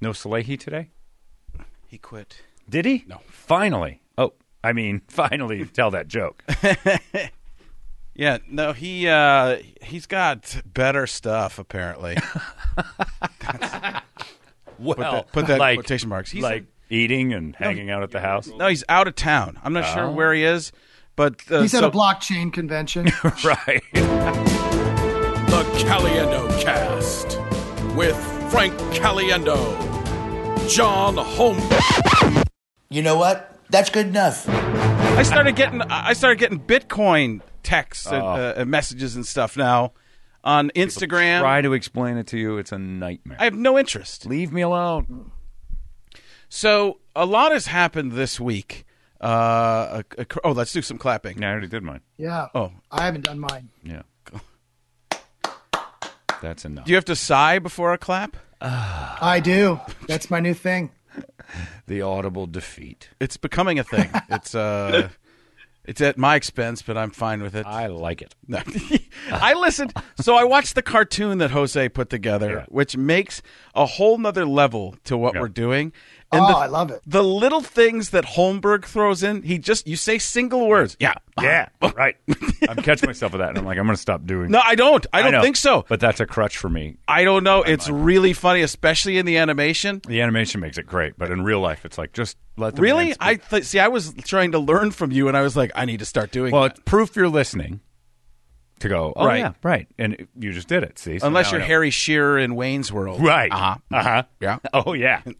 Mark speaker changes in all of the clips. Speaker 1: No Salehi today?
Speaker 2: He quit.
Speaker 1: Did he?
Speaker 2: No.
Speaker 1: Finally. Oh, I mean, finally tell that joke.
Speaker 2: Yeah, no, he uh, he's got better stuff apparently.
Speaker 1: well,
Speaker 2: Put that, put that in
Speaker 1: like,
Speaker 2: quotation marks. He's
Speaker 1: like eating and hanging out at the house.
Speaker 2: no, he's out of town. I'm not sure where he is, but uh,
Speaker 3: He's
Speaker 2: so-
Speaker 3: at a blockchain convention.
Speaker 1: right.
Speaker 4: The Caliendo Cast with Frank Caliendo, John Holmes.
Speaker 5: You know what? That's good enough.
Speaker 2: I started getting I started getting Bitcoin texts
Speaker 4: Oh.
Speaker 2: and, uh, and messages and stuff now on Instagram.
Speaker 1: Try to explain it to you. It's a nightmare.
Speaker 2: I have no interest.
Speaker 1: Leave me alone.
Speaker 2: So a lot has happened this week. Uh, a- a- oh, let's do some clapping.
Speaker 1: Yeah, I already did mine.
Speaker 3: yeah.
Speaker 2: Oh.
Speaker 3: I haven't done mine.
Speaker 1: Yeah. That's enough.
Speaker 2: Do you have to sigh before a clap?
Speaker 3: I do. That's my new thing.
Speaker 1: the audible defeat.
Speaker 2: It's becoming a thing. it's uh, it's at my expense, but I'm fine with it.
Speaker 1: I like it.
Speaker 2: No. I listened. So I watched the cartoon that Jose put together,
Speaker 1: Yeah.
Speaker 2: which makes a whole nother level to what
Speaker 1: Yeah.
Speaker 2: we're doing.
Speaker 3: Oh,
Speaker 2: the,
Speaker 3: I love it.
Speaker 2: The little things that Holmberg throws in, he just, you say single words. Yeah.
Speaker 1: Yeah. right. I'm catching myself with that, and I'm like, I'm going to stop doing.
Speaker 2: No, I don't. I don't
Speaker 1: know,
Speaker 2: think so.
Speaker 1: But that's a crutch for me.
Speaker 2: I don't know. It's really funny, especially in the animation.
Speaker 1: The animation makes it great, but in real life, it's like just let the man
Speaker 2: Really?
Speaker 1: speak.
Speaker 2: I th- see. I was trying to learn from you, and I was like, I need to start doing.
Speaker 1: well,
Speaker 2: that.
Speaker 1: it's proof you're listening. To go, oh
Speaker 2: Right.
Speaker 1: yeah, right, and it- you just did it. See, So
Speaker 2: unless
Speaker 1: now
Speaker 2: you're
Speaker 1: I know.
Speaker 2: Harry Shearer in Wayne's World,
Speaker 1: right?
Speaker 2: Uh huh.
Speaker 1: Uh huh.
Speaker 2: Yeah.
Speaker 1: Oh yeah. and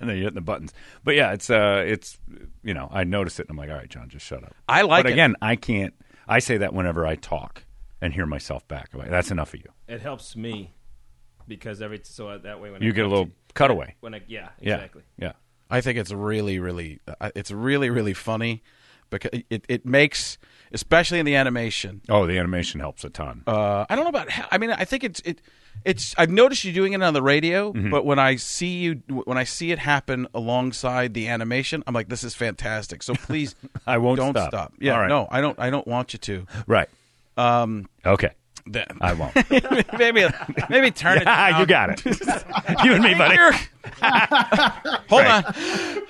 Speaker 1: then you're hitting the buttons. But yeah, it's uh, it's you know, I noticed it, and I'm like, all right, John, just shut up.
Speaker 2: I like
Speaker 1: But
Speaker 2: it.
Speaker 1: again, I can't. I say that whenever I talk and hear myself back. I'm like, That's enough of you.
Speaker 6: It helps me because every so that way when
Speaker 1: You
Speaker 6: I
Speaker 1: get a
Speaker 6: talk
Speaker 1: little
Speaker 6: to-
Speaker 1: cutaway.
Speaker 6: when I yeah
Speaker 1: Yeah.
Speaker 6: exactly.
Speaker 1: Yeah.
Speaker 2: I think it's really, really, uh, it's really, really funny because it, it makes, especially in the animation.
Speaker 1: Oh, the animation helps a ton.
Speaker 2: Uh, I don't know about. I mean, I think it's it. It's. I've noticed you doing it on the radio,
Speaker 1: Mm-hmm.
Speaker 2: but when I see you, when I see it happen alongside the animation, I'm like, this is fantastic. So please,
Speaker 1: I won't
Speaker 2: don't
Speaker 1: stop.
Speaker 2: stop. Yeah,
Speaker 1: All right.
Speaker 2: no, I don't. I don't want you to.
Speaker 1: right. Um. Okay. I won't. you
Speaker 2: maybe, maybe turn it. Down.
Speaker 1: got it. you and me, buddy.
Speaker 2: Hold on.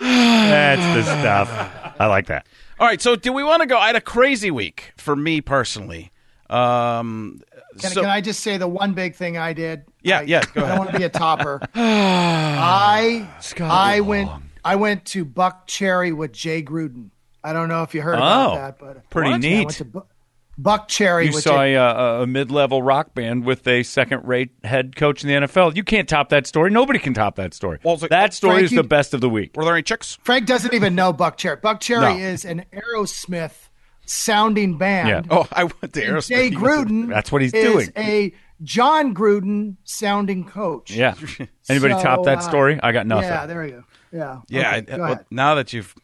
Speaker 1: That's the stuff. I like that.
Speaker 2: All right. So, do we want to go? I had a crazy week for me personally. Um,
Speaker 3: Can,
Speaker 2: so-
Speaker 3: can I just say the one big thing I did?
Speaker 2: Yeah,
Speaker 3: I,
Speaker 2: yeah, go
Speaker 3: I
Speaker 2: ahead.
Speaker 3: don't want to be a topper. I I went I went to Buck Cherry with Jay Gruden. I don't know if you heard
Speaker 1: Oh,
Speaker 3: about that, but
Speaker 1: pretty
Speaker 3: Yeah, I
Speaker 1: neat.
Speaker 3: went to Bu- Buck Cherry.
Speaker 1: You
Speaker 3: with
Speaker 1: saw
Speaker 3: Jay-
Speaker 1: a, uh, a mid-level rock band with a second-rate head coach in the NFL. You can't top that story. Nobody can top that story.
Speaker 2: Well, it's like-
Speaker 1: that story is
Speaker 3: Frankie-
Speaker 1: the best of the week.
Speaker 2: were there any chicks?
Speaker 3: Frank doesn't even know Buck Cherry. Buck Cherry
Speaker 1: No.
Speaker 3: is an Aerosmith sounding band.
Speaker 1: Yeah.
Speaker 2: Oh, I went to
Speaker 3: And
Speaker 2: Aerosmith.
Speaker 3: Jay Gruden.
Speaker 1: That's what he's
Speaker 3: is
Speaker 1: doing.
Speaker 3: A John Gruden sounding coach.
Speaker 1: Yeah. Anybody
Speaker 3: So,
Speaker 1: top that
Speaker 3: uh,
Speaker 1: story? I got nothing.
Speaker 3: Yeah, there you go. Yeah.
Speaker 2: Yeah,
Speaker 3: Okay,
Speaker 2: I, uh,
Speaker 3: go
Speaker 2: well,
Speaker 3: ahead.
Speaker 2: now that you've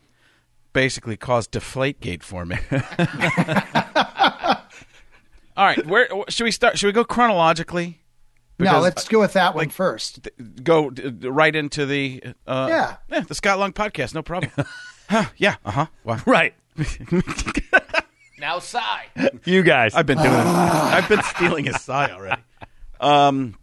Speaker 2: basically caused Deflategate for me. All right, where should we start? Should we go chronologically?
Speaker 3: no, let's go with that one first.
Speaker 2: Go d- d- right into the uh,
Speaker 3: Yeah.
Speaker 2: the Scott Long podcast, no problem. Huh, yeah, uh huh. Wow.
Speaker 1: right.
Speaker 5: Now sigh.
Speaker 1: You guys.
Speaker 2: I've been doing it. I've been stealing his sigh already. Um,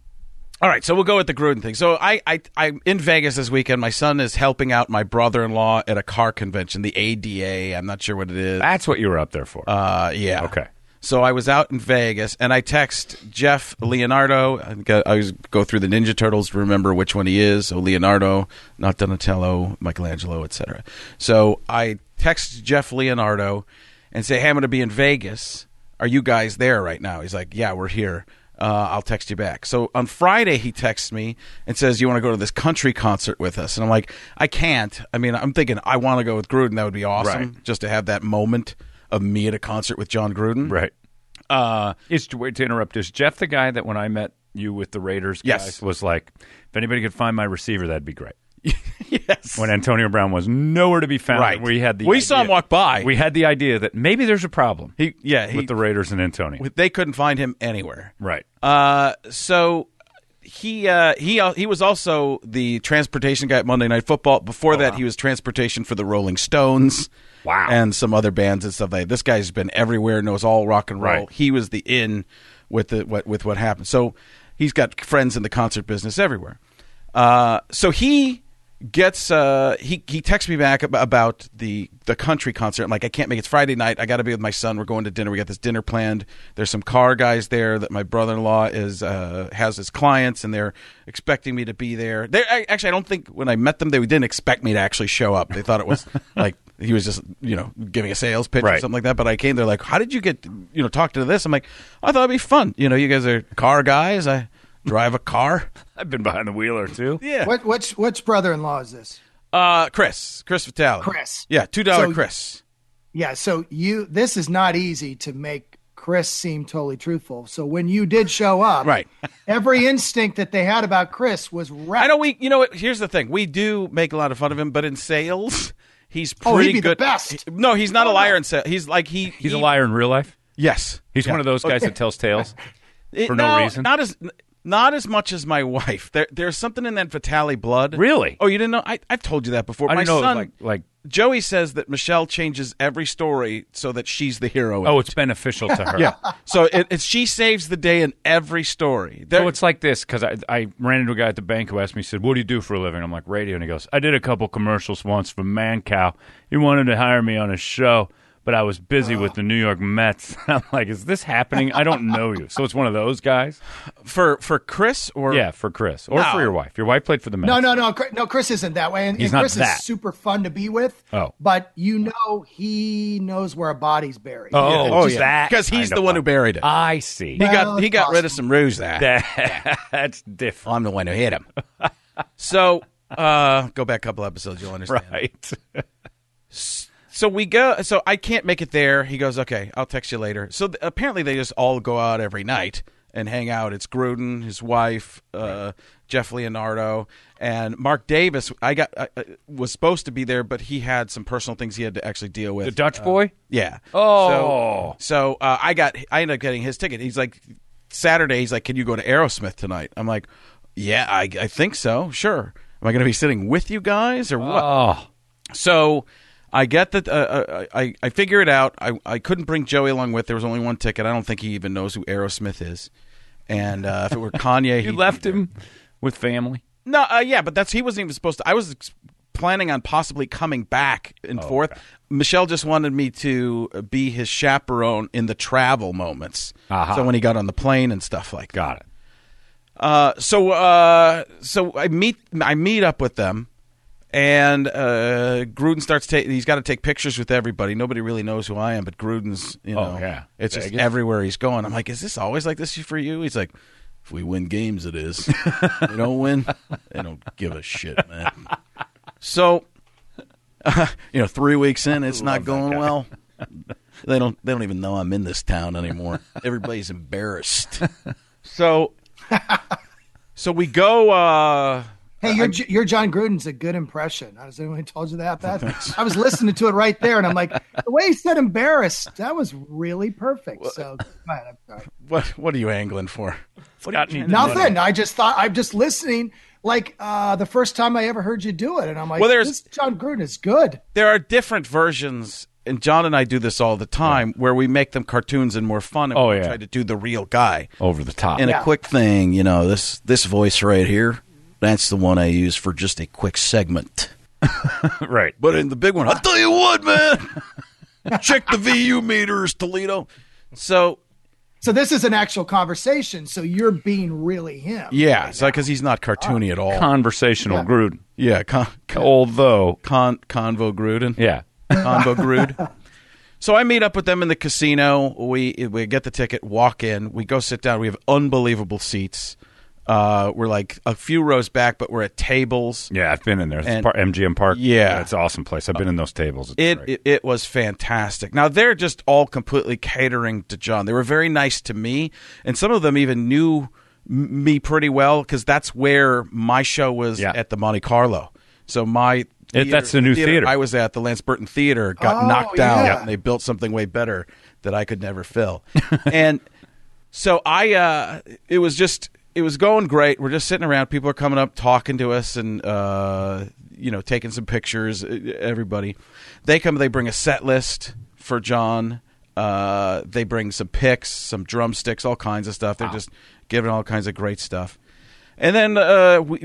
Speaker 2: all right, so we'll go with the Gruden thing. So I, I, I'm in Vegas this weekend. My son is helping out my brother-in-law at a car convention, the ADA. I'm not sure what it is.
Speaker 1: That's what you were up there for.
Speaker 2: Uh, yeah.
Speaker 1: Okay.
Speaker 2: So I was out in Vegas, and I text Jeff Leonardo. I think I I always go through the Ninja Turtles to remember which one he is. So Leonardo, not Donatello, Michelangelo, etc. So I text Jeff Leonardo and say, "Hey, I'm going to be in Vegas. Are you guys there right now?" He's like, "Yeah, we're here." Uh, I'll text you back. So on Friday, he texts me and says, "You want to go to this country concert with us?" And I'm like, "I can't." I mean, I'm thinking I want to go with Gruden. That would be awesome,
Speaker 1: Right.
Speaker 2: just to have that moment of me at a concert with John Gruden.
Speaker 1: right. Uh, is, wait to interrupt, is Jeff the guy that when I met you with the Raiders
Speaker 2: Yes.
Speaker 1: guys was like, if anybody could find my receiver, that'd be great.
Speaker 2: yes.
Speaker 1: When Antonio Brown was nowhere to be found,
Speaker 2: Right.
Speaker 1: we had the
Speaker 2: We saw
Speaker 1: idea-
Speaker 2: him walk by.
Speaker 1: We had the idea that maybe there's a problem.
Speaker 2: He- yeah, he-
Speaker 1: with the Raiders and Antonio.
Speaker 2: they couldn't find him anywhere.
Speaker 1: right.
Speaker 2: Uh, so he uh, he he was also the transportation guy at Monday Night Football. Before that, he was transportation for the Rolling Stones.
Speaker 1: Oh, Wow.
Speaker 2: And some other bands and stuff like that. This guy's been everywhere, knows all rock and roll.
Speaker 1: Right.
Speaker 2: He was the in with the what with what happened. So he's got friends in the concert business everywhere. Uh, so he gets uh, he he texts me back ab- about the the country concert. I'm like, I can't make it. It's Friday night. I got to be with my son. We're going to dinner. We got this dinner planned. There's some car guys there that my brother in law is uh, has his clients, and they're expecting me to be there. They I, actually, I don't think when I met them, they didn't expect me to actually show up. They thought it was like he was just you know giving a sales pitch or
Speaker 1: Right.
Speaker 2: something like that. But I came there like, how did you get you know talk to this? I'm like, I thought it'd be fun. You know, you guys are car guys. I drive a car.
Speaker 1: I've been behind the wheel or two.
Speaker 2: Yeah.
Speaker 3: What which which brother in law is this?
Speaker 2: Uh, Chris, Chris Vitale.
Speaker 3: Chris.
Speaker 2: Yeah, two dollar
Speaker 3: So-
Speaker 2: Chris.
Speaker 3: Yeah, so you this is not easy to make Chris seem totally truthful. So when you did show up,
Speaker 2: Right.
Speaker 3: every instinct that they had about Chris was right.
Speaker 2: I know we. You know what? Here's the thing: we do make a lot of fun of him, but in sales, he's pretty
Speaker 3: Oh, he'd be the
Speaker 2: good.
Speaker 3: best. Oh,
Speaker 2: He- no, he's not a liar in sales. He's like he.
Speaker 1: He's a liar in real life.
Speaker 2: Yes,
Speaker 1: He's
Speaker 2: Yeah.
Speaker 1: one of those guys that tells tales.
Speaker 2: It-
Speaker 1: for no
Speaker 2: no,
Speaker 1: reason.
Speaker 2: Not as not as much as my wife. There, there's something in that Vitale blood.
Speaker 1: Really?
Speaker 2: Oh, you didn't know? I, I've told you that before.
Speaker 1: I
Speaker 2: my
Speaker 1: didn't know it was
Speaker 2: son,
Speaker 1: like- like-
Speaker 2: Joey says that Michelle changes every story so that she's the hero. in
Speaker 1: Oh,
Speaker 2: it.
Speaker 1: it's beneficial to her.
Speaker 2: so it, it's she saves the day in every story. There,
Speaker 1: So it's like this because I, I ran into a guy at the bank who asked me, he said, "What do you do for a living?" I'm like, "Radio," and he goes, "I did a couple commercials once for Mancow. He wanted to hire me on a show, but I was busy with the New York Mets." I'm like, "Is this happening? I don't know you." So it's one of those guys.
Speaker 2: for for Chris or
Speaker 1: Yeah, for Chris or
Speaker 2: No.
Speaker 1: for your wife. Your wife played for the Mets.
Speaker 3: No, no, no, Chris- no. Chris isn't that way, and,
Speaker 1: He's
Speaker 3: and
Speaker 1: not
Speaker 3: Chris
Speaker 1: that.
Speaker 3: is super fun to be with.
Speaker 1: Oh.
Speaker 3: but you know he knows where a body's buried.
Speaker 1: Oh,
Speaker 2: Oh
Speaker 1: it's
Speaker 2: yeah,
Speaker 1: that
Speaker 2: because he's
Speaker 1: kind
Speaker 2: the
Speaker 1: of
Speaker 2: one
Speaker 1: fun.
Speaker 2: who buried it.
Speaker 1: I see.
Speaker 2: he
Speaker 3: Well,
Speaker 2: got he
Speaker 3: it's
Speaker 2: got rid of some ruse that.
Speaker 1: That's different,
Speaker 2: I'm the one who hit him. so uh, go back a couple episodes, you'll understand.
Speaker 1: right?
Speaker 2: So we go. So I can't make it there. He goes, okay, I'll text you later. So th- apparently they just all go out every night and hang out. It's Gruden, his wife, uh, Jeff Leonardo, and Mark Davis. I got I, I was supposed to be there, but he had some personal things he had to actually deal with.
Speaker 1: The Dutch boy.
Speaker 2: Yeah.
Speaker 1: Oh.
Speaker 2: So, so uh, I got I ended up getting his ticket. He's like Saturday. He's like, can you go to Aerosmith tonight? I'm like, yeah, I, I think so. Sure. Am I going to be sitting with you guys or what?
Speaker 1: Oh,
Speaker 2: So I get that. Uh, I, I I figure it out. I I couldn't bring Joey along with. There was only one ticket. I don't think he even knows who Aerosmith is. And uh, if it were Kanye,
Speaker 1: you
Speaker 2: he'd
Speaker 1: left
Speaker 2: be there.
Speaker 1: him with family.
Speaker 2: No, uh, yeah, but that's he wasn't even supposed to. I was ex- planning on possibly coming back
Speaker 1: Oh,
Speaker 2: and forth. Michelle just wanted me to be his chaperone in the travel moments.
Speaker 1: Aha.
Speaker 2: So when he got on the plane and stuff like that.
Speaker 1: Uh-huh. Got it.
Speaker 2: Uh, so uh, so I meet I meet up with them, and uh, Gruden starts taking. He's got to take pictures with everybody. Nobody really knows who I am, but Gruden's you know
Speaker 1: Oh, yeah.
Speaker 2: it's just
Speaker 1: Vegas?
Speaker 2: everywhere he's going. I'm like, is this always like this for you? He's like, if we win games, it is. If we don't win, they don't give a shit, man. So. you know, three weeks in, it's not going well. They don't. They don't even know I'm in this town anymore. Everybody's embarrassed. So, so we go. Uh,
Speaker 3: hey, your J- your John Gruden's a good impression. Has anyone told you that? That I was listening to it right there, and I'm like, the way he said "embarrassed" that was really perfect. So go ahead, I'm sorry.
Speaker 2: what What are you angling for?
Speaker 1: Scott needs
Speaker 3: nothing. I just thought I'm just listening. Like uh, the first time I ever heard you do it, and I'm like,
Speaker 2: Well,
Speaker 3: well,
Speaker 2: there's-
Speaker 3: this John Gruden is good.
Speaker 2: There are different versions, and John and I do this all the time, where we make them cartoons and more fun. And
Speaker 1: Oh,
Speaker 2: we
Speaker 1: yeah.
Speaker 2: try to do the real guy.
Speaker 1: over the top.
Speaker 7: And
Speaker 3: Yeah.
Speaker 7: a quick thing, you know, this this voice right here, that's the one I use for just a quick segment.
Speaker 1: right.
Speaker 7: But in the big one, I tell you what, man, check the VU meters, Toledo.
Speaker 2: So
Speaker 3: So this is an actual conversation. So you're being really him.
Speaker 2: yeah, so because he's not cartoony at all.
Speaker 1: Conversational
Speaker 3: Yeah.
Speaker 1: Gruden.
Speaker 2: yeah, con, con,
Speaker 1: Although,
Speaker 2: con convo Gruden.
Speaker 1: yeah,
Speaker 2: Convo Grood. So I meet up with them in the casino. We we get the ticket, walk in, we go sit down. We have unbelievable seats. Uh, we're like a few rows back, but we're at tables.
Speaker 1: yeah, I've been in there. It's
Speaker 2: And-
Speaker 1: par- MGM Park.
Speaker 2: Yeah.
Speaker 1: it's an awesome place. I've been in those tables. It's
Speaker 2: It,
Speaker 1: great.
Speaker 2: it it was fantastic. Now they're just all completely catering to John. They were very nice to me, and some of them even knew m- me pretty well because that's where my show was
Speaker 1: Yeah.
Speaker 2: at the Monte Carlo. So my theater-
Speaker 1: that's the new theater.
Speaker 2: I was at the Lance Burton Theater got
Speaker 3: Oh,
Speaker 2: knocked down,
Speaker 3: yeah.
Speaker 2: and they built something way better that I could never fill. and so I, uh, it was just, it was going great. We're just sitting around. People are coming up, talking to us, and uh, you know, taking some pictures. e- Everybody, they come. They bring a set list for John. Uh, they bring some picks, some drumsticks, all kinds of stuff. They're just giving all kinds of great stuff. And then uh, we,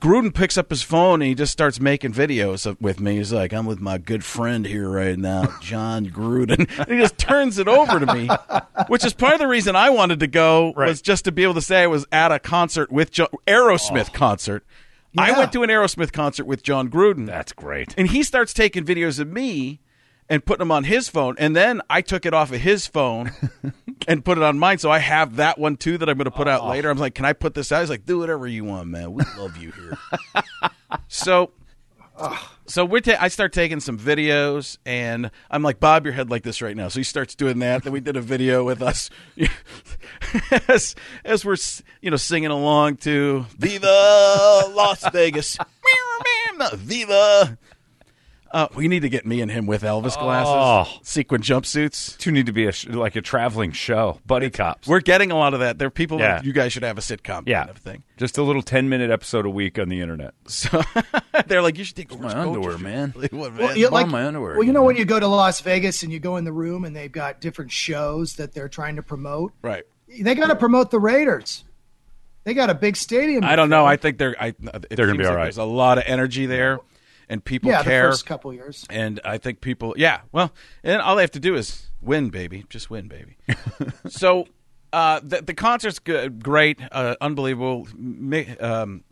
Speaker 2: Gruden picks up his phone and he just starts making videos of, with me. He's like, "I'm with my good friend here right now, John Gruden." And he just turns it over to me, which is part of the reason I wanted to go was just to be able to say I was at a concert with jo- Aerosmith concert. I
Speaker 3: Yeah.
Speaker 2: went to an Aerosmith concert with John Gruden.
Speaker 1: That's great.
Speaker 2: And he starts taking videos of me and putting them on his phone. And then I took it off of his phone and put it on mine. So I have that one too that I'm going to put out later. I'm like, can I put this out? He's like, do whatever you want, man. We love you here. so. So we're ta- I start taking some videos, and I'm like, Bob, your head like this right now. So he starts doing that. then we did a video with us as, as we're s- you know singing along to
Speaker 7: Viva Las Vegas. Viva.
Speaker 2: Uh, we need to get me and him with Elvis glasses,
Speaker 1: Oh.
Speaker 2: sequin jumpsuits.
Speaker 1: Two need to be a sh- like a traveling show, buddy cops.
Speaker 2: We're getting a lot of that. There are people
Speaker 1: Yeah.
Speaker 2: like you guys should have a sitcom
Speaker 1: yeah,
Speaker 2: kind of thing.
Speaker 1: just a little ten minute episode a week on the internet.
Speaker 2: So they're like, you should take
Speaker 1: My underwear, man.
Speaker 2: What, man?
Speaker 3: Well, you,
Speaker 1: Borrow
Speaker 3: like,
Speaker 1: my underwear.
Speaker 3: well, you know when you go to Las Vegas and you go in the room and they've got different shows that they're trying to promote.
Speaker 2: right.
Speaker 3: They got to promote the Raiders. They got a big stadium.
Speaker 2: I don't know. I think they're. I,
Speaker 1: They're gonna be all right.
Speaker 2: There's a lot of energy there, and people
Speaker 3: yeah,
Speaker 2: care.
Speaker 3: the first couple years.
Speaker 2: And I think people, yeah, well, and all they have to do is win, baby, just win, baby. so uh, the the concert's good, great, uh, unbelievable. Mi- Um,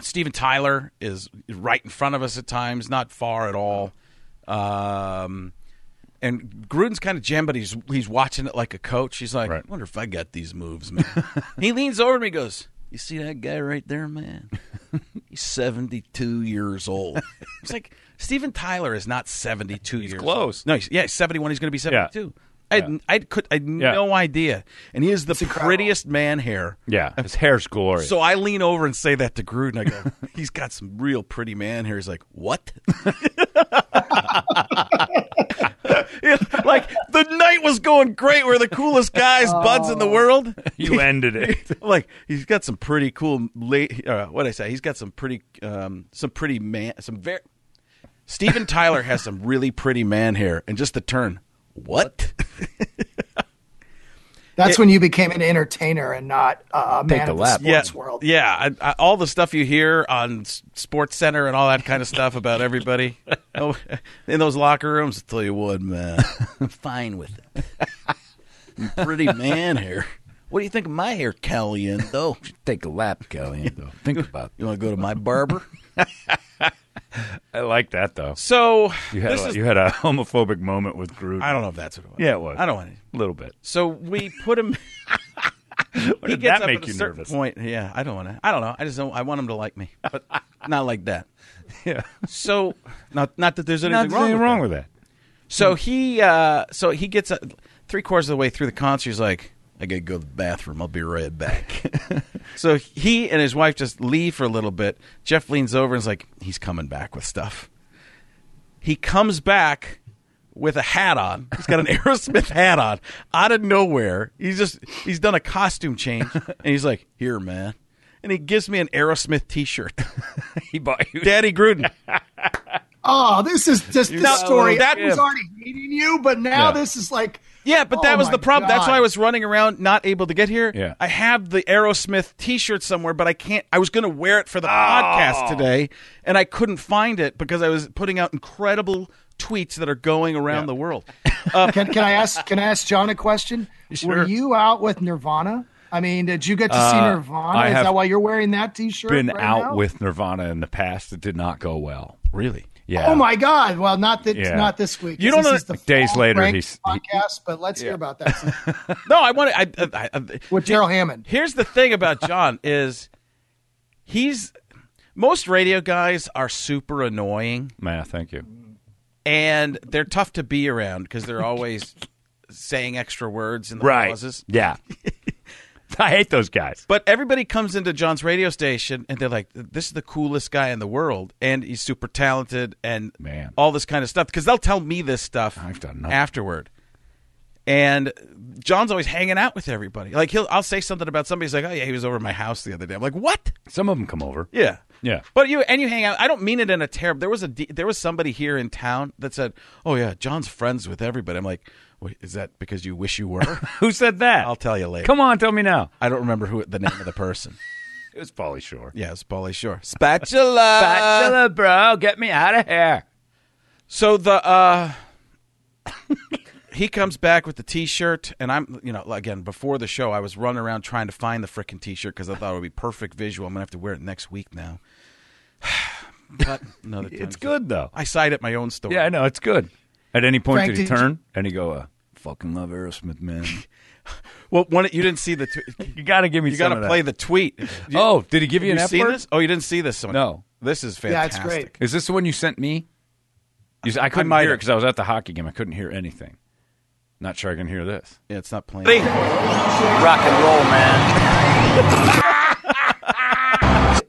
Speaker 2: Steven Tyler is right in front of us at times, not far at all. Um, and Gruden's kind of jammed, but he's he's watching it like a coach. He's like,
Speaker 1: Right.
Speaker 2: I wonder if I got these moves, man. he leans over to me, and goes, "You see that guy right there, man? He's seventy-two years old." it's like Steven Tyler is not seventy-two years
Speaker 1: close.
Speaker 2: old. No, he's, yeah, he's seventy-one. He's going to be
Speaker 1: Yeah.
Speaker 2: seventy-two. I had, I had, could, I had
Speaker 1: Yeah.
Speaker 2: no idea, and he is the prettiest man here.
Speaker 1: Yeah, his hair's glorious.
Speaker 2: So I lean over and say that to Gruden. I go, he's got some real pretty man here. He's like, what? Yeah, like the night was going great. We're the coolest guys, buds in the world.
Speaker 1: Oh. you ended it.
Speaker 2: like he's got some pretty cool. Late, uh, what I say? He's got some pretty, um, some pretty man, some very. Steven Tyler has some really pretty man hair, and just the turn. What?
Speaker 3: That's when you became an entertainer and not uh, a man
Speaker 1: the
Speaker 3: of
Speaker 1: lap.
Speaker 3: the sports world.
Speaker 2: Yeah, I, I, all the stuff you hear on S- Sports Center and all that kind of stuff about everybody oh, in those locker rooms. I'll tell you what, man,
Speaker 7: I'm fine with it.
Speaker 2: pretty man hair.
Speaker 7: What do you think of my hair, Caliendo?
Speaker 1: Take a lap, Caliendo. Think about.
Speaker 7: You want to go to my barber?
Speaker 1: I like that though.
Speaker 2: So
Speaker 1: You had
Speaker 2: this
Speaker 1: a,
Speaker 2: is,
Speaker 1: you had a homophobic moment with Groot.
Speaker 2: I don't know if that's what it was.
Speaker 1: Yeah, it was.
Speaker 2: I don't want it.
Speaker 1: a little bit.
Speaker 2: So we put him.
Speaker 1: What
Speaker 2: he
Speaker 1: did
Speaker 2: gets
Speaker 1: that
Speaker 2: up
Speaker 1: make
Speaker 2: at a
Speaker 1: you
Speaker 2: certain
Speaker 1: nervous?
Speaker 2: Point. Yeah, I don't want to. I don't know. I just don't. I want him to like me, but not like that.
Speaker 1: Yeah,
Speaker 2: So not not that there's anything
Speaker 1: nothing
Speaker 2: wrong with that.
Speaker 1: with that.
Speaker 2: So he uh so he gets uh three quarters of the way through the concert. He's like,
Speaker 7: I got to go to the bathroom. I'll be right back.
Speaker 2: so he and his wife just leave for a little bit. Jeff leans over and is like, he's coming back with stuff. He comes back with a hat on. He's got an Aerosmith hat on out of nowhere. He's just he's done a costume change and he's like, here, man. And he gives me an Aerosmith T-shirt,
Speaker 1: He bought you.
Speaker 2: Daddy Gruden.
Speaker 3: Oh, this is just the
Speaker 2: No,
Speaker 3: story.
Speaker 2: that-
Speaker 3: I was already hating you, but now
Speaker 1: Yeah.
Speaker 3: this is like.
Speaker 2: Yeah, but that
Speaker 3: Oh
Speaker 2: was
Speaker 3: my
Speaker 2: the problem. That's
Speaker 3: God.
Speaker 2: why I was running around, not able to get here.
Speaker 1: Yeah.
Speaker 2: I have the Aerosmith T-shirt somewhere, but I can't. I was going to wear it for the
Speaker 3: Oh.
Speaker 2: podcast today, and I couldn't find it because I was putting out incredible tweets that are going around the world.
Speaker 3: uh, Can, can I ask? Can I ask John a question? Were you out with Nirvana? I mean, did you get to see
Speaker 2: Uh,
Speaker 3: Nirvana?
Speaker 1: I
Speaker 3: is
Speaker 1: have
Speaker 3: that why you're wearing that T-shirt?
Speaker 1: been
Speaker 3: right
Speaker 1: out
Speaker 3: now?
Speaker 1: with Nirvana in the past that did not go well.
Speaker 2: Really?
Speaker 1: Yeah.
Speaker 3: Oh my God! Well, not that,
Speaker 1: Yeah.
Speaker 3: not this week.
Speaker 2: You
Speaker 3: 'cause
Speaker 2: don't
Speaker 3: this
Speaker 2: know-
Speaker 3: is the
Speaker 1: Days
Speaker 3: Fall
Speaker 1: later,
Speaker 3: Frank
Speaker 1: he's- he-
Speaker 3: podcast, but let's hear about that sometime.
Speaker 2: No, I want to. I, I, I,
Speaker 3: with Daryl Hammond.
Speaker 2: Here's the thing about John is he's most radio guys are super annoying.
Speaker 1: Man, thank you.
Speaker 2: and they're tough to be around because they're always saying extra words in the pauses.
Speaker 1: Yeah. I hate those guys.
Speaker 2: But everybody comes into John's radio station and they're like, "This is the coolest guy in the world, and he's super talented, and
Speaker 1: Man.
Speaker 2: all this kind of stuff." Because they'll tell me this stuff
Speaker 1: I've done nothing.
Speaker 2: afterward. And John's always hanging out with everybody. Like he'll, I'll say something about somebody. He's like, "Oh yeah, he was over at my house the other day." I'm like, "What?"
Speaker 1: Some of them come over.
Speaker 2: Yeah.
Speaker 1: Yeah.
Speaker 2: But you and you hang out. I don't mean it in a terrible. There was a d- there was somebody here in town that said, "Oh yeah, John's friends with everybody." I'm like, Wait, "Is that because you wish you were?"
Speaker 1: Who said that?
Speaker 2: I'll tell you later.
Speaker 1: Come on, tell me now.
Speaker 2: I don't remember who the name of the person.
Speaker 1: It was Pauly Shore.
Speaker 2: Yes, Pauly Shore. Spatula.
Speaker 1: Bachelor, bro, get me out of here.
Speaker 2: So the uh he comes back with the t-shirt and I'm you know again before the show I was running around trying to find the freaking t-shirt cuz I thought it would be perfect visual. I'm going to have to wear it next week now. but another time.
Speaker 1: It's good though.
Speaker 2: I side at my own story.
Speaker 1: Yeah, I know it's good. At any point
Speaker 3: Frank,
Speaker 1: did he
Speaker 3: did you-
Speaker 1: turn and he go, uh, "Fucking love Aerosmith, man."
Speaker 2: Well, one you didn't see the tw-
Speaker 1: you got to give me.
Speaker 2: you
Speaker 1: some
Speaker 2: got to
Speaker 1: of
Speaker 2: play
Speaker 1: that.
Speaker 2: the tweet. You-
Speaker 1: oh, did he give you
Speaker 2: you
Speaker 1: an F
Speaker 2: seen
Speaker 1: word?
Speaker 2: this? Oh, you didn't see this one.
Speaker 1: No.
Speaker 2: This is
Speaker 3: Yeah, it's
Speaker 2: fantastic.
Speaker 3: great.
Speaker 1: Is this the one you sent me? You s- I couldn't
Speaker 2: might
Speaker 1: hear it
Speaker 2: have.
Speaker 1: because I was at the hockey game. I couldn't hear anything. Not sure I can hear this.
Speaker 2: Yeah, it's not playing.
Speaker 8: Rock and roll, man.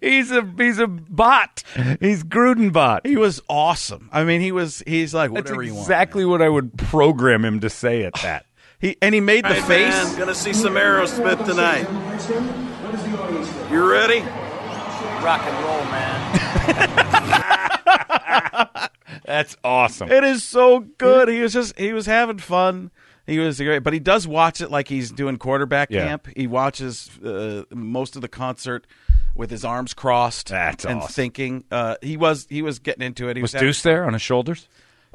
Speaker 1: He's a he's a bot. He's Gruden bot.
Speaker 2: He was awesome. I mean, he was he's like
Speaker 1: That's
Speaker 2: whatever you want.
Speaker 1: exactly what I would program him to say at that.
Speaker 2: He and he made the face.
Speaker 8: gonna see some Aerosmith tonight. You ready? Rock and roll, man.
Speaker 1: That's awesome.
Speaker 2: It is so good. He was just he was having fun. He was great, but he does watch it like he's doing quarterback
Speaker 1: Yeah.
Speaker 2: camp. He watches uh, most of the concert with his arms crossed
Speaker 1: That's
Speaker 2: and
Speaker 1: awesome.
Speaker 2: thinking. Uh, he was he was getting into it. He
Speaker 1: Was
Speaker 2: was,
Speaker 1: Deuce there on his shoulders?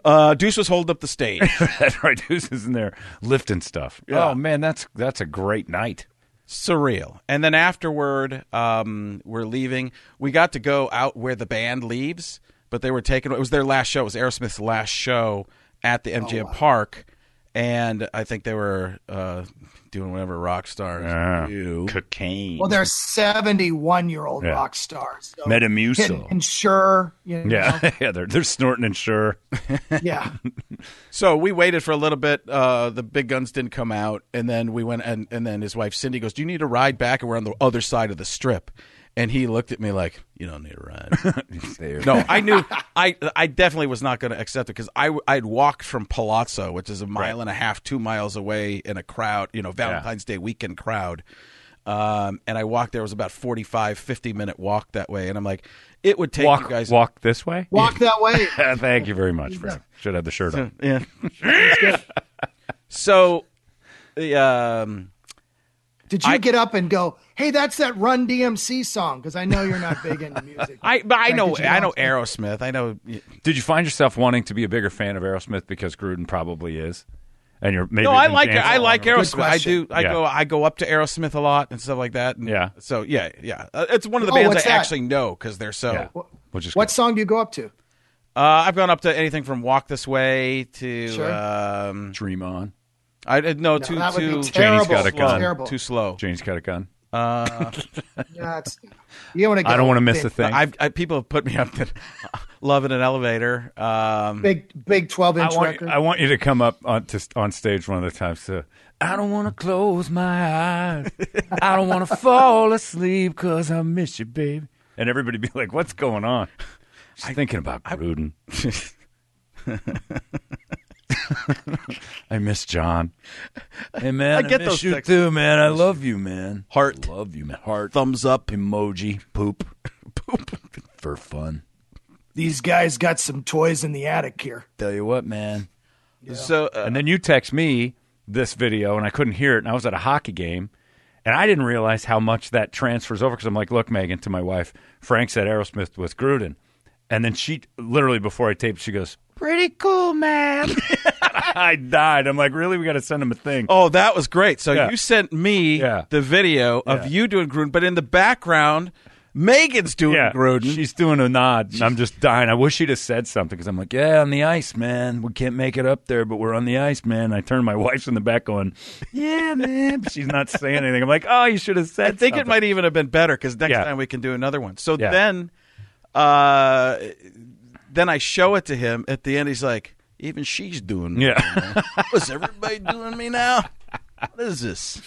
Speaker 2: Uh, Deuce was holding up the stage.
Speaker 1: that's right. Deuce is in there lifting stuff.
Speaker 2: Yeah.
Speaker 1: Oh man, that's that's a great night.
Speaker 2: Surreal. And then afterward, um, we're leaving. We got to go out where the band leaves, but they were taking. It was their last show. It was Aerosmith's last show at the MGM Park, and I think they were uh, doing whatever rock stars
Speaker 1: Yeah.
Speaker 2: do.
Speaker 1: Cocaine.
Speaker 3: Well, they're 71 year old
Speaker 1: Yeah.
Speaker 3: rock stars. So
Speaker 1: Metamucil.
Speaker 3: hit- Ensure. You know,
Speaker 1: yeah, yeah, they're they're snorting and sure.
Speaker 3: Yeah.
Speaker 2: So we waited for a little bit. Uh, the big guns didn't come out, and then we went and and then his wife Cindy goes, "Do you need a ride back?" And we're on the other side of the strip. And he looked at me like, "You don't need a ride." No, I knew I I definitely was not going to accept it because I I'd walked from Palazzo, which is a mile and a half, two miles away, in a crowd, you know, Valentine's Day weekend crowd. Um, and I walked there. It was about 45, 50 minute walk that way, and I'm like, it would take you
Speaker 1: walk
Speaker 2: guys.
Speaker 1: walk this way.
Speaker 3: Walk that way.
Speaker 1: Yeah, Thank you very much, Brad. Should have the shirt on.
Speaker 2: Yeah. so, the, um,
Speaker 3: Did you get up and go, hey, that's that Run DMC song? Because I know you're not big into music.
Speaker 2: I but I
Speaker 3: Frank,
Speaker 2: know
Speaker 3: did you
Speaker 2: I know
Speaker 3: watch it?
Speaker 2: Aerosmith. I know.
Speaker 1: Did you find yourself wanting to be a bigger fan of Aerosmith because Gruden probably is, and you're maybe
Speaker 2: No, I
Speaker 1: been
Speaker 2: like
Speaker 1: dancing
Speaker 2: I
Speaker 1: along
Speaker 2: like
Speaker 1: with him?
Speaker 2: Aerosmith. I do. I
Speaker 1: Yeah.
Speaker 2: go I go up to Aerosmith a lot and stuff like that. And
Speaker 1: Yeah.
Speaker 2: So yeah, yeah. Uh, It's one of the
Speaker 3: Oh,
Speaker 2: bands I
Speaker 3: what's that?
Speaker 2: actually know because they're so.
Speaker 1: Yeah. Which is
Speaker 3: What
Speaker 1: good.
Speaker 3: song do you go up to?
Speaker 2: Uh, I've gone up to anything from Walk This Way to
Speaker 3: Sure.
Speaker 2: um,
Speaker 1: Dream on.
Speaker 2: I uh, no,
Speaker 3: No,
Speaker 2: too
Speaker 3: that would
Speaker 2: too
Speaker 3: be terrible.
Speaker 1: got a gun.
Speaker 3: Terrible.
Speaker 2: too slow.
Speaker 1: Jane's got a gun.
Speaker 3: Yeah, it's- you want to.
Speaker 1: I don't want to miss a thing.
Speaker 2: I've, I people have put me up to Love in an Elevator. Um,
Speaker 3: Big, big 12
Speaker 1: I
Speaker 3: inch
Speaker 1: want,
Speaker 3: record.
Speaker 1: I want you to come up on, to, on stage one of the times to, I don't want to close my eyes. I don't want to fall asleep because I miss you, baby. And everybody be like, what's going on? She's thinking about Gruden. I miss John. Hey, man,
Speaker 2: I
Speaker 1: I,
Speaker 2: get
Speaker 1: miss
Speaker 2: those
Speaker 1: you
Speaker 2: texts.
Speaker 1: too, man. I love you, man.
Speaker 2: Heart.
Speaker 1: Love you, man. Heart.
Speaker 2: thumbs up.
Speaker 1: Emoji. Poop. Poop. For fun.
Speaker 3: These guys got some toys in the attic here.
Speaker 1: Tell you what, man.
Speaker 2: So uh,
Speaker 1: And then you text me this video, and I couldn't hear it, and I was at a hockey game, and I didn't realize how much that transfers over because I'm like, look, Megan, to my wife, Frank said Aerosmith was Gruden, and then she literally before I taped, she goes, "Pretty cool, man." I died. I'm like, really? We got to send him a thing.
Speaker 2: Oh, that was great. So
Speaker 1: Yeah.
Speaker 2: you sent me
Speaker 1: Yeah.
Speaker 2: the video of
Speaker 1: Yeah.
Speaker 2: you doing Gruden, but in the background, Megan's doing
Speaker 1: yeah,
Speaker 2: Gruden.
Speaker 1: she's doing a nod, and I'm just dying. I wish she'd have said something because I'm like, yeah, on the ice, man. We can't make it up there, but we're on the ice, man. I turn my wife's in the back going, yeah, man. But she's not saying anything. I'm like, oh, you should have said.
Speaker 2: I think
Speaker 1: something.
Speaker 2: it might even have been better because next
Speaker 1: Yeah.
Speaker 2: time we can do another one. So
Speaker 1: Yeah.
Speaker 2: then, uh, then I show it to him at the end. He's like, "Even she's doing.
Speaker 1: Yeah.
Speaker 2: What's everybody doing me now? What is this?"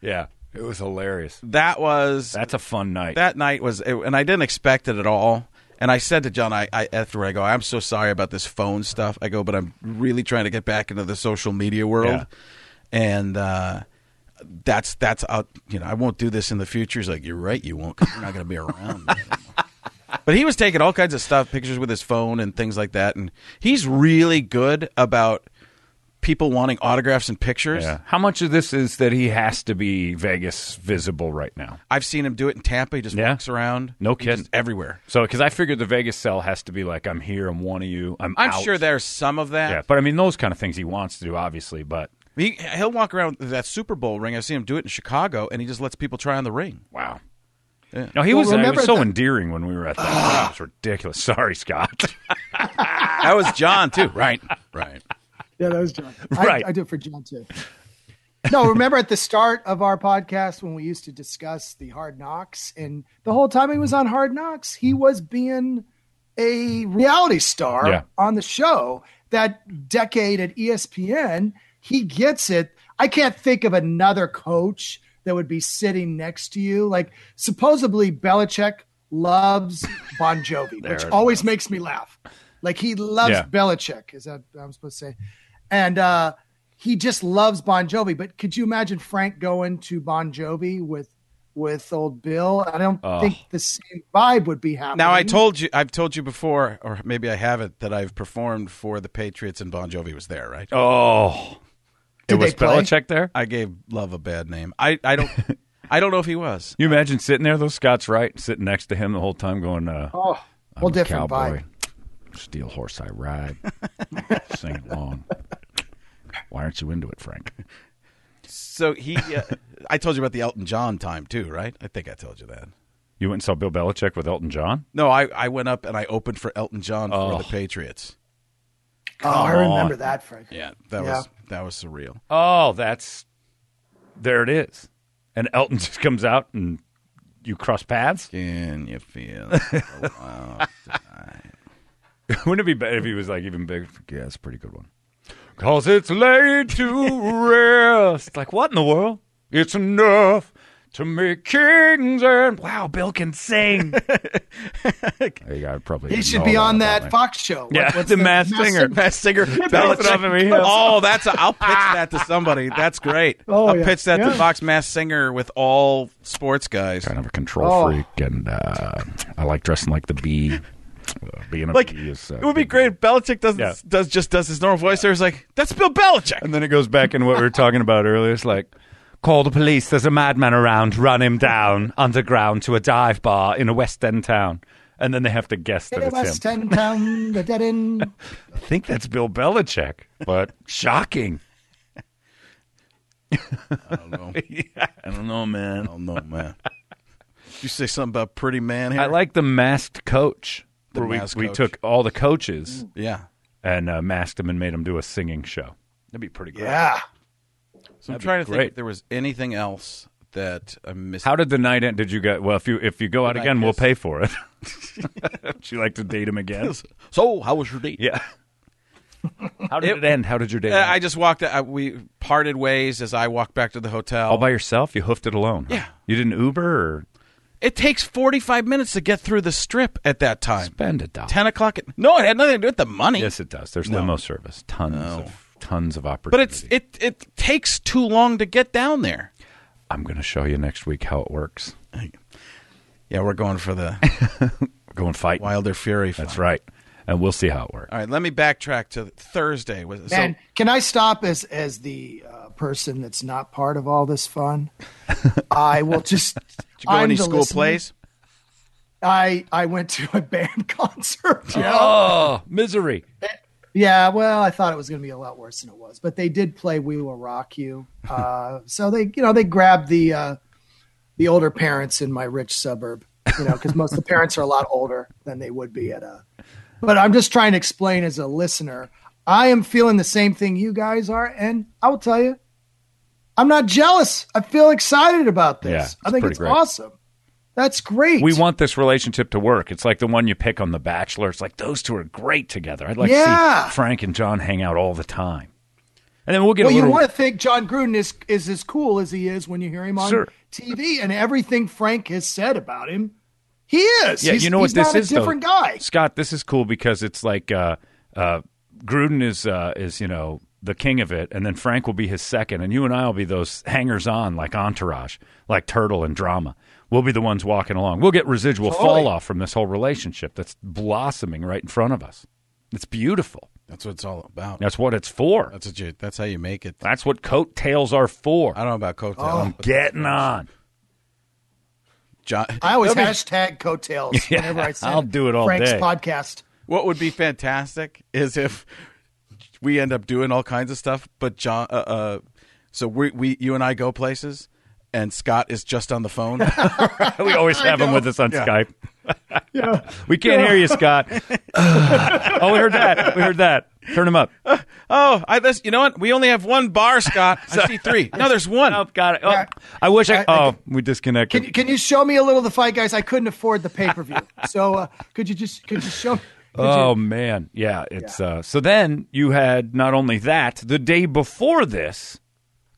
Speaker 1: Yeah, it was hilarious.
Speaker 2: That was
Speaker 1: That's a fun night.
Speaker 2: that night was, and I didn't expect it at all. And I said to John, I, I after I go, I'm so sorry about this phone stuff. I go, but I'm really trying to get back into the social media world,
Speaker 1: Yeah.
Speaker 2: and uh, that's that's out. You know, I won't do this in the future. He's like, you're right, you won't. you you're not going to be around. but he was taking all kinds of stuff, pictures with his phone and things like that, and he's really good about people wanting autographs and pictures.
Speaker 1: Yeah. How much of this is that he has to be Vegas visible right now?
Speaker 2: I've seen him do it in Tampa. He just
Speaker 1: Yeah.
Speaker 2: walks around.
Speaker 1: No
Speaker 2: He's just
Speaker 1: kidding.
Speaker 2: everywhere.
Speaker 1: So, because I figured the Vegas cell has to be like, I'm here, I'm one of you, I'm
Speaker 2: I'm
Speaker 1: out.
Speaker 2: sure there's some of that.
Speaker 1: Yeah, but I mean, those kind of things he wants to do, obviously, but
Speaker 2: He, he'll walk around with that Super Bowl ring. I've seen him do it in Chicago, and he just lets people try on the ring.
Speaker 1: wow. No, he was, he
Speaker 3: remember
Speaker 1: was so
Speaker 3: the-
Speaker 1: endearing when we were at that. it was ridiculous. Sorry, Scott.
Speaker 2: That was John too, right? Right.
Speaker 3: Yeah, that was John.
Speaker 1: Right.
Speaker 3: I, I do it for John too. No, remember at the start of our podcast when we used to discuss the hard knocks, and the whole time he was on hard knocks, he was being a reality star
Speaker 1: Yeah.
Speaker 3: on the show. That decade at E ESPN, he gets it. I can't think of another coach that would be sitting next to you. Like, supposedly, Belichick loves Bon Jovi, which always makes me laugh. Like, he loves
Speaker 1: Yeah.
Speaker 3: Belichick. Is that what I'm supposed to say? and uh, he just loves Bon Jovi. But could you imagine Frank going to Bon Jovi with with old Bill? I don't think the same vibe would be happening.
Speaker 2: Now I told you, I've told you before, or maybe I haven't, that I've performed for the Patriots and Bon Jovi was there, right?
Speaker 1: Oh.
Speaker 3: Did
Speaker 1: it was
Speaker 3: they play?
Speaker 1: Belichick there?
Speaker 2: I gave Love a bad name. I, I don't, I don't know if he was.
Speaker 1: You imagine sitting there, though, Scott's right, sitting next to him the whole time going, uh,
Speaker 3: oh,
Speaker 1: I'm
Speaker 3: well,
Speaker 1: a
Speaker 3: different
Speaker 1: cowboy.
Speaker 3: vibe.
Speaker 1: Steel horse I ride. Sing it long. Why aren't you into it, Frank?
Speaker 2: So he, uh, I told you about the Elton John time too, right? I think I told you that.
Speaker 1: You went and saw Bill Belichick with Elton John?
Speaker 2: No, I, I went up and I opened for Elton John
Speaker 1: Oh.
Speaker 2: for the Patriots.
Speaker 3: Oh, I remember that, Frank.
Speaker 2: Yeah, that
Speaker 3: Yeah.
Speaker 2: was that was surreal.
Speaker 1: Oh, that's there it is. And Elton just comes out and you cross paths.
Speaker 2: Can you feel?
Speaker 1: Wouldn't it be better if he was like even bigger? Yeah, that's a pretty good one. Cause it's laid to rest. Like what in the world? It's enough to make kings and wow, Bill can sing. There you go, I probably
Speaker 3: He should
Speaker 1: know
Speaker 3: be
Speaker 1: a lot
Speaker 3: on
Speaker 1: about
Speaker 3: that
Speaker 1: me.
Speaker 3: Fox show. What-
Speaker 1: Yeah,
Speaker 3: what's
Speaker 1: the Masked Singer.
Speaker 2: Matt Singer,
Speaker 1: Bouncing off of me.
Speaker 2: Oh, that's i I'll pitch that to somebody. That's great.
Speaker 3: Oh,
Speaker 2: I'll
Speaker 3: yeah.
Speaker 2: pitch that to
Speaker 3: Yeah.
Speaker 2: Fox Mass Singer with all sports guys.
Speaker 1: kind of a control
Speaker 3: Oh.
Speaker 1: freak, and uh, I like dressing like the bee. Uh, being a
Speaker 2: Like
Speaker 1: bee is, uh,
Speaker 2: it would be
Speaker 1: good.
Speaker 2: great if Belichick does
Speaker 1: Yeah.
Speaker 2: does just does his normal voice. There's like that's Bill Belichick.
Speaker 1: And then it goes back in what we were talking about earlier. It's like, call the police. There's a madman around. Run him down underground to a dive bar in a West End town. And then they have to guess that it's him.
Speaker 3: West End town, the dead end.
Speaker 1: I think that's Bill Belichick, but shocking. I don't know, man.
Speaker 2: Oh no, man! you say something about pretty man here?
Speaker 1: I like the masked coach.
Speaker 2: The
Speaker 1: where we,
Speaker 2: masked
Speaker 1: we
Speaker 2: coach.
Speaker 1: took all the coaches
Speaker 2: yeah.
Speaker 1: and uh, masked them and made them do a singing show. That'd be pretty great.
Speaker 3: Yeah.
Speaker 2: So I'm trying to think
Speaker 1: great.
Speaker 2: if there was anything else that I missed.
Speaker 1: How did the night end? Did you go? Well, if you if you go out
Speaker 2: I
Speaker 1: again, we'll
Speaker 2: kiss?
Speaker 1: pay for it. Would you like to date him again?
Speaker 2: so? How was your date?
Speaker 1: Yeah. How did it, end? How did your day?
Speaker 2: Uh,
Speaker 1: end?
Speaker 2: I just walked. I, we parted ways as I walked back to the hotel.
Speaker 1: all by yourself. You hoofed it alone. huh?
Speaker 2: Yeah.
Speaker 1: You didn't Uber or
Speaker 2: It takes 45 minutes to get through the strip at that time.
Speaker 1: spend a dollar.
Speaker 2: 10 o'clock. At, no, it had nothing to do with the money.
Speaker 1: Yes, it does. There's limo service. Tons of tons of
Speaker 2: But
Speaker 1: opportunity.
Speaker 2: it's it it takes too long to get down there.
Speaker 1: I'm going to show you next week how it works.
Speaker 2: Yeah, we're going for the
Speaker 1: Go and fight.
Speaker 2: Wilder Fury.
Speaker 1: That's right. And we'll see how it works.
Speaker 2: All right, let me backtrack to Thursday. Was- So,
Speaker 3: Man, can I stop as as the uh, person that's not part of all this fun? I will just.
Speaker 2: did you go
Speaker 3: I'm
Speaker 2: any
Speaker 3: the
Speaker 2: school
Speaker 3: listener.
Speaker 2: plays?
Speaker 3: I I went to a band concert. Yeah.
Speaker 1: Oh, misery.
Speaker 3: Yeah, well, I thought it was going to be a lot worse than it was, but they did play "We Will Rock You," uh, so they, you know, they grabbed the uh, the older parents in my rich suburb, you know, because most of the parents are a lot older than they would be at a. But I'm just trying to explain as a listener, I am feeling the same thing you guys are, and I will tell you, I'm not jealous. I feel excited about this.
Speaker 1: Yeah, it's
Speaker 3: I think
Speaker 1: pretty
Speaker 3: it's
Speaker 1: great.
Speaker 3: awesome. That's great.
Speaker 1: We want this relationship to work. It's like the one you pick on The Bachelor. It's like those two are great together. I'd like to
Speaker 3: Yeah.
Speaker 1: see Frank and John hang out all the time. And then we'll get
Speaker 3: Well,
Speaker 1: a
Speaker 3: you
Speaker 1: little
Speaker 3: want to think John Gruden is is as cool as he is when you hear him on
Speaker 1: Sure.
Speaker 3: TV and everything Frank has said about him. He is.
Speaker 1: Yeah,
Speaker 3: he's,
Speaker 1: you know what
Speaker 3: he's
Speaker 1: this
Speaker 3: not
Speaker 1: is
Speaker 3: a different
Speaker 1: though?
Speaker 3: guy.
Speaker 1: Scott, this is cool because it's like uh, uh, Gruden is uh, is you know the king of it, and then Frank will be his second, and you and I will be those hangers on like Entourage, like Turtle and Drama. We'll be the ones walking along. We'll get residual fall off from this whole relationship that's blossoming right in front of us. It's beautiful.
Speaker 2: That's what it's all about.
Speaker 1: That's what it's for.
Speaker 2: That's what you. That's how you make it.
Speaker 1: That's what coattails are for.
Speaker 2: I don't know about coattail.
Speaker 1: Getting on.
Speaker 2: John,
Speaker 3: I always
Speaker 2: That'd be-
Speaker 3: hashtag coattails
Speaker 1: Yeah,
Speaker 3: whenever I say
Speaker 1: I'll do it all
Speaker 3: Frank's
Speaker 1: day.
Speaker 3: podcast.
Speaker 2: What would be fantastic is if we end up doing all kinds of stuff, but John, uh, uh, so we, we, you and I go places, and Scott is just on the phone.
Speaker 1: we always have him with us on Skype.
Speaker 3: Yeah.
Speaker 1: We can't hear you, Scott. oh, we heard that. We heard that. Turn him up.
Speaker 2: oh, I this, you know what? We only have one bar, Scott. I see three. No, there's one.
Speaker 1: Oh, got it. Oh,
Speaker 3: Yeah.
Speaker 1: I wish I.
Speaker 3: I- I-
Speaker 1: Oh, we disconnected.
Speaker 3: Can you, can you show me a little of the fight, guys? I couldn't afford the pay per view, so uh, could you just could you show? Could
Speaker 1: Oh man, yeah. It's uh, so then you had not only that the day before this.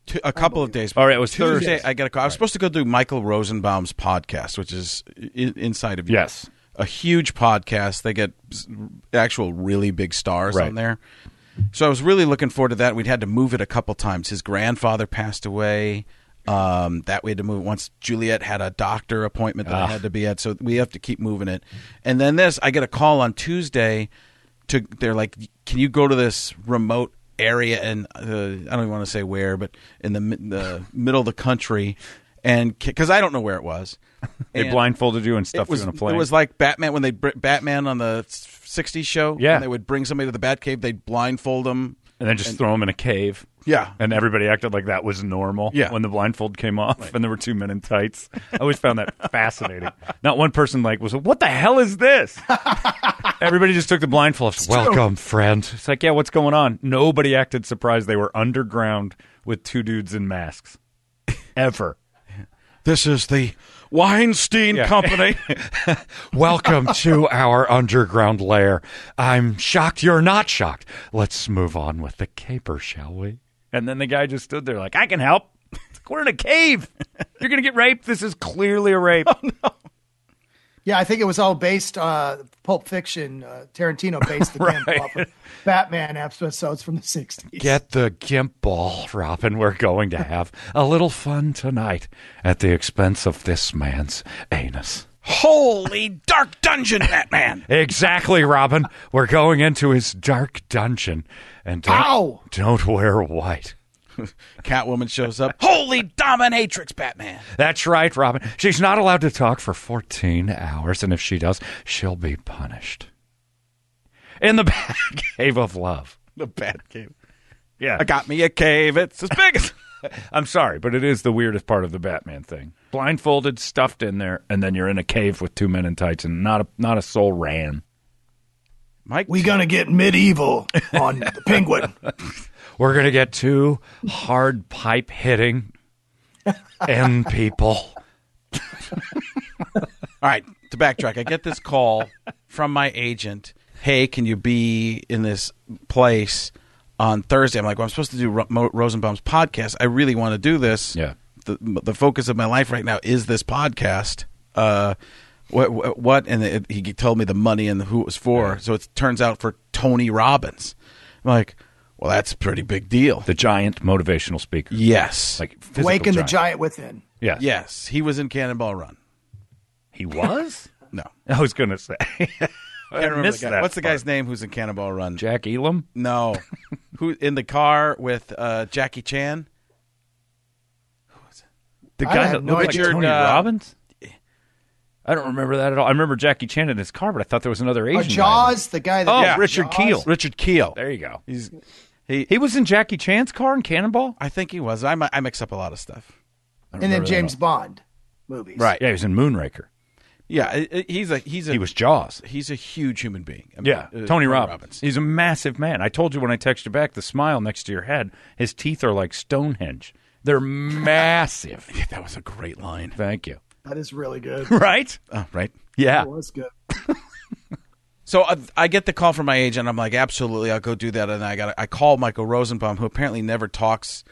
Speaker 2: Two- a couple of days.
Speaker 1: All right, it was
Speaker 2: Tuesday.
Speaker 1: Thursday.
Speaker 2: I got a call. I was supposed to go do Michael Rosenbaum's podcast, which is i- inside of you.
Speaker 1: Yes.
Speaker 2: a huge podcast. They get s- actual really big stars
Speaker 1: Right.
Speaker 2: on there. So I was really looking forward to that. We'd had to move it a couple times. His grandfather passed away. Um, that we had to move it once. Juliet had a doctor appointment
Speaker 1: Ah.
Speaker 2: that I had to be at, so we have to keep moving it. And then this, I get a call on Tuesday. To they're like, can you go to this remote area and uh, I don't even want to say where, but in the mi- the middle of the country, and because I don't know where it was,
Speaker 1: They
Speaker 2: And-
Speaker 1: blindfolded you and stuffed
Speaker 2: it was,
Speaker 1: you in a plane.
Speaker 2: It was like Batman when they br- Batman on the '60s show.
Speaker 1: Yeah.
Speaker 2: when they would bring somebody to the Batcave. They'd blindfold them.
Speaker 1: and then just throw him in a cave.
Speaker 2: Yeah.
Speaker 1: And everybody acted like that was normal
Speaker 2: Yeah.
Speaker 1: when the blindfold came off and there were two men in tights. I always found that fascinating. Not one person like was what the hell is this? everybody just took the blindfold off. Welcome, friend. It's like, yeah, what's going on? Nobody acted surprised they were underground with two dudes in masks. Ever.
Speaker 2: This is the Weinstein
Speaker 1: Yeah.
Speaker 2: Company.
Speaker 1: Welcome to our underground lair. I'm shocked you're not shocked. Let's move on with the caper, shall we? And then the guy just stood there like, I can help. It's like, We're in a cave. You're going to get raped. This is clearly a rape.
Speaker 3: Yeah, I think it was all based uh Pulp Fiction. Uh, Tarantino based the
Speaker 1: Right.
Speaker 3: game off of Batman episodes from the '60s.
Speaker 1: Get the gimp ball, Robin. We're going to have a little fun tonight at the expense of this man's anus.
Speaker 2: Holy dark dungeon, Batman.
Speaker 1: Exactly, Robin. We're going into his dark dungeon. And don't,
Speaker 3: Ow!
Speaker 1: don't wear white.
Speaker 2: Catwoman shows up. Holy dominatrix, Batman.
Speaker 1: That's right, Robin. She's not allowed to talk for 14 hours, and if she does, she'll be punished. In the back cave of love.
Speaker 2: The Batcave.
Speaker 1: Yeah.
Speaker 2: I got me a cave. It's as big as.
Speaker 1: I'm sorry, but it is the weirdest part of the Batman thing. Blindfolded, stuffed in there, and then you're in a cave with two men in tights, and not a, not a soul ran.
Speaker 2: Mike,
Speaker 3: We gonna get medieval on the Penguin.
Speaker 1: We're going to get two hard pipe hitting end people.
Speaker 2: All right, to backtrack, I get this call from my agent. Hey, can you be in this place on Thursday? I'm like, well, I'm supposed to do Ro- Mo- Rosenbaum's podcast. I really want to do this.
Speaker 1: Yeah.
Speaker 2: The, the focus of my life right now is this podcast. Uh, what, what, what? And it, he told me the money and who it was for. So it turns out for Tony Robbins. I'm like, well, that's a pretty big deal.
Speaker 1: The giant motivational speaker.
Speaker 2: yes.
Speaker 1: Like physical
Speaker 3: Waking the
Speaker 1: giant.
Speaker 3: giant within.
Speaker 1: Yeah.
Speaker 2: yes. He was in Cannonball Run.
Speaker 1: He was?
Speaker 2: No.
Speaker 1: I was going to say.
Speaker 2: I can't remember
Speaker 1: missed
Speaker 2: the guy.
Speaker 1: that
Speaker 2: What's the
Speaker 1: part.
Speaker 2: guy's name who's in Cannonball Run?
Speaker 1: Jack Elam?
Speaker 2: No. Who in the car with uh, Jackie Chan?
Speaker 1: The
Speaker 3: I
Speaker 1: guy
Speaker 3: have
Speaker 1: that
Speaker 3: no
Speaker 1: looked
Speaker 2: idea.
Speaker 1: like Tony
Speaker 2: Richard, uh,
Speaker 1: Robbins? I don't remember that at all. I remember Jackie Chan in his car, but I thought there was another Asian.
Speaker 3: Uh,
Speaker 1: guy.
Speaker 3: Jaws, the guy that.
Speaker 1: Oh,
Speaker 3: Yeah.
Speaker 1: Richard
Speaker 3: Jaws.
Speaker 1: Keel.
Speaker 2: Richard Keel.
Speaker 1: There you go.
Speaker 2: He's he,
Speaker 1: He was in Jackie Chan's car in Cannonball?
Speaker 2: I think he was. I, mi- I mix up a lot of stuff.
Speaker 3: And then James Bond movies.
Speaker 1: Yeah, he was in Moonraker.
Speaker 2: Yeah, I- I- he's a he's a
Speaker 1: He was Jaws.
Speaker 2: he's a huge human being. I mean,
Speaker 1: Yeah,
Speaker 2: uh,
Speaker 1: Tony Robbins. He's a massive man. I told you when I texted you back, the smile next to your head, his teeth are like Stonehenge. They're massive.
Speaker 2: That was a great line.
Speaker 1: Thank you.
Speaker 3: That is really good.
Speaker 1: Right?
Speaker 2: Oh, right.
Speaker 1: Yeah.
Speaker 3: That was good.
Speaker 2: So I, I get the call from my agent. I'm like, absolutely, I'll go do that. And I got I call Michael Rosenbaum, who apparently never talks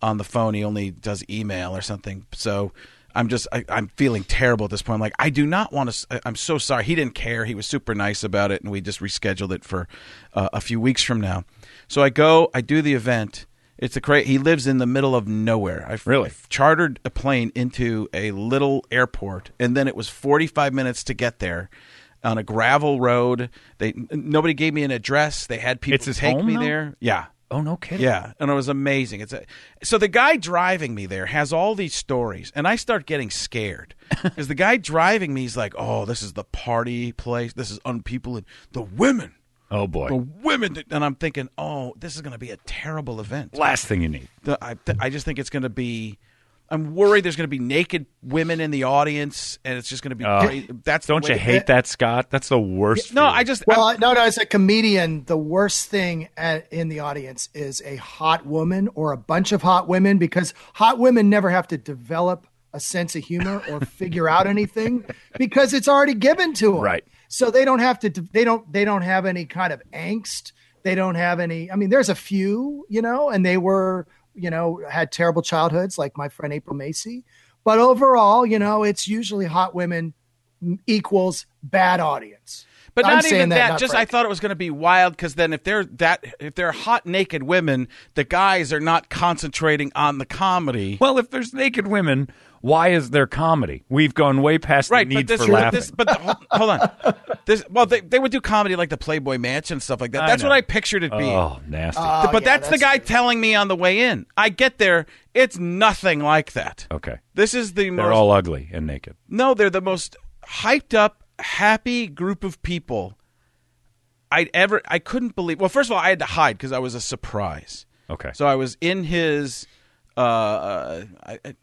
Speaker 2: on the phone. He only does email or something. So I'm just I, I'm feeling terrible at this point. I'm like, I do not want to. I'm so sorry. He didn't care. He was super nice about it, and we just rescheduled it for uh, a few weeks from now. So I go, I do the event. It's a cra He lives in the middle of nowhere. I've
Speaker 1: Really?
Speaker 2: I've chartered a plane into a little airport, and then it was 45 minutes to get there. on a gravel road. They n- nobody gave me an address. They had people
Speaker 1: It's his
Speaker 2: take
Speaker 1: home,
Speaker 2: me
Speaker 1: though?
Speaker 2: there. Yeah.
Speaker 1: Oh no, kidding.
Speaker 2: Yeah, and it was amazing. It's a, so the guy driving me there has all these stories, and I start getting scared because the guy driving me is like, "Oh, this is the party place. This is unpeople and the women,
Speaker 1: Oh boy.
Speaker 2: the women." that-" And I'm thinking, "Oh, this is going to be a terrible event."
Speaker 1: Last thing you need.
Speaker 2: The- I, th- I just think it's going to be. I'm worried there's going to be naked women in the audience, and it's just going to be. crazy. That's the
Speaker 1: Uh, Don't you
Speaker 2: way-
Speaker 1: hate that, Scott? That's the worst.
Speaker 2: No,
Speaker 1: feeling.
Speaker 2: I just
Speaker 3: Well, no, no. As a comedian, the worst thing at, in the audience is a hot woman or a bunch of hot women because hot women never have to develop a sense of humor or figure out anything because it's already given to them.
Speaker 1: Right.
Speaker 3: So they don't have to. They don't. They don't have any kind of angst. They don't have any. I mean, there's a few, you know, and they were, you know, had terrible childhoods, like my friend April Macy. But overall, you know, it's usually hot women equals bad audience.
Speaker 2: But
Speaker 3: I'm
Speaker 2: not
Speaker 3: saying
Speaker 2: even that.
Speaker 3: not
Speaker 2: just I
Speaker 3: Frank.
Speaker 2: thought it was going to be wild because then if they're that if they're hot naked women, the guys are not concentrating on the comedy.
Speaker 1: Well, if there's naked women, why is there comedy? We've gone way past
Speaker 2: Right,
Speaker 1: the
Speaker 2: but
Speaker 1: need
Speaker 2: this,
Speaker 1: for laughing.
Speaker 2: this but the, hold, hold on, this well they, they would do comedy like the Playboy Mansion and stuff like that.
Speaker 1: I
Speaker 2: That's
Speaker 1: know.
Speaker 2: what I pictured it being.
Speaker 1: oh, nasty.
Speaker 3: Oh,
Speaker 2: but
Speaker 3: yeah,
Speaker 2: that's, the guy telling me on the way in. I get there, it's nothing like that.
Speaker 1: okay.
Speaker 2: This is the
Speaker 1: They're
Speaker 2: most
Speaker 1: all ugly and naked.
Speaker 2: No, they're the most hyped up, happy group of people I'd ever. I couldn't believe. Well, first of all, I had to hide because I was a surprise.
Speaker 1: Okay.
Speaker 2: So I was in his. Uh, uh, I, I,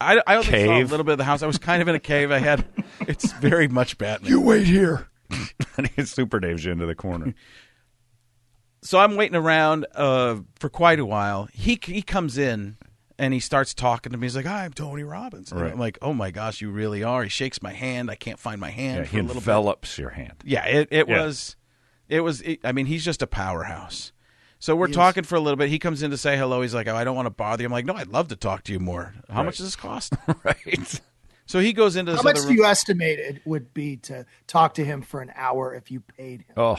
Speaker 2: I, I only saw a
Speaker 1: Cave?
Speaker 2: little bit of the house. I was kind of in a cave. I had. It's very much Batman.
Speaker 1: wait here. and he super Dave's you into the corner.
Speaker 2: so I'm waiting around uh, for quite a while. He he comes in and he starts talking to me. He's like, "Hi, I'm Tony Robbins." And
Speaker 1: Right.
Speaker 2: I'm like, "Oh my gosh, you really are." He shakes my hand. I can't find my hand
Speaker 1: Yeah,
Speaker 2: for
Speaker 1: he
Speaker 2: a little bit.
Speaker 1: envelops your hand.
Speaker 2: Yeah, it, it
Speaker 1: Yeah.
Speaker 2: was, it was. It, I mean, he's just a powerhouse. So we're talking for a little bit. He comes in to say hello. He's like, "Oh, I don't want to bother you." I'm like, "No, I'd love to talk to you more. How much does this cost?"
Speaker 1: Right.
Speaker 2: So he goes into this
Speaker 3: How much
Speaker 2: other
Speaker 3: do you
Speaker 2: room.
Speaker 3: estimate it would be to talk to him for an hour if you paid him?
Speaker 1: Oh,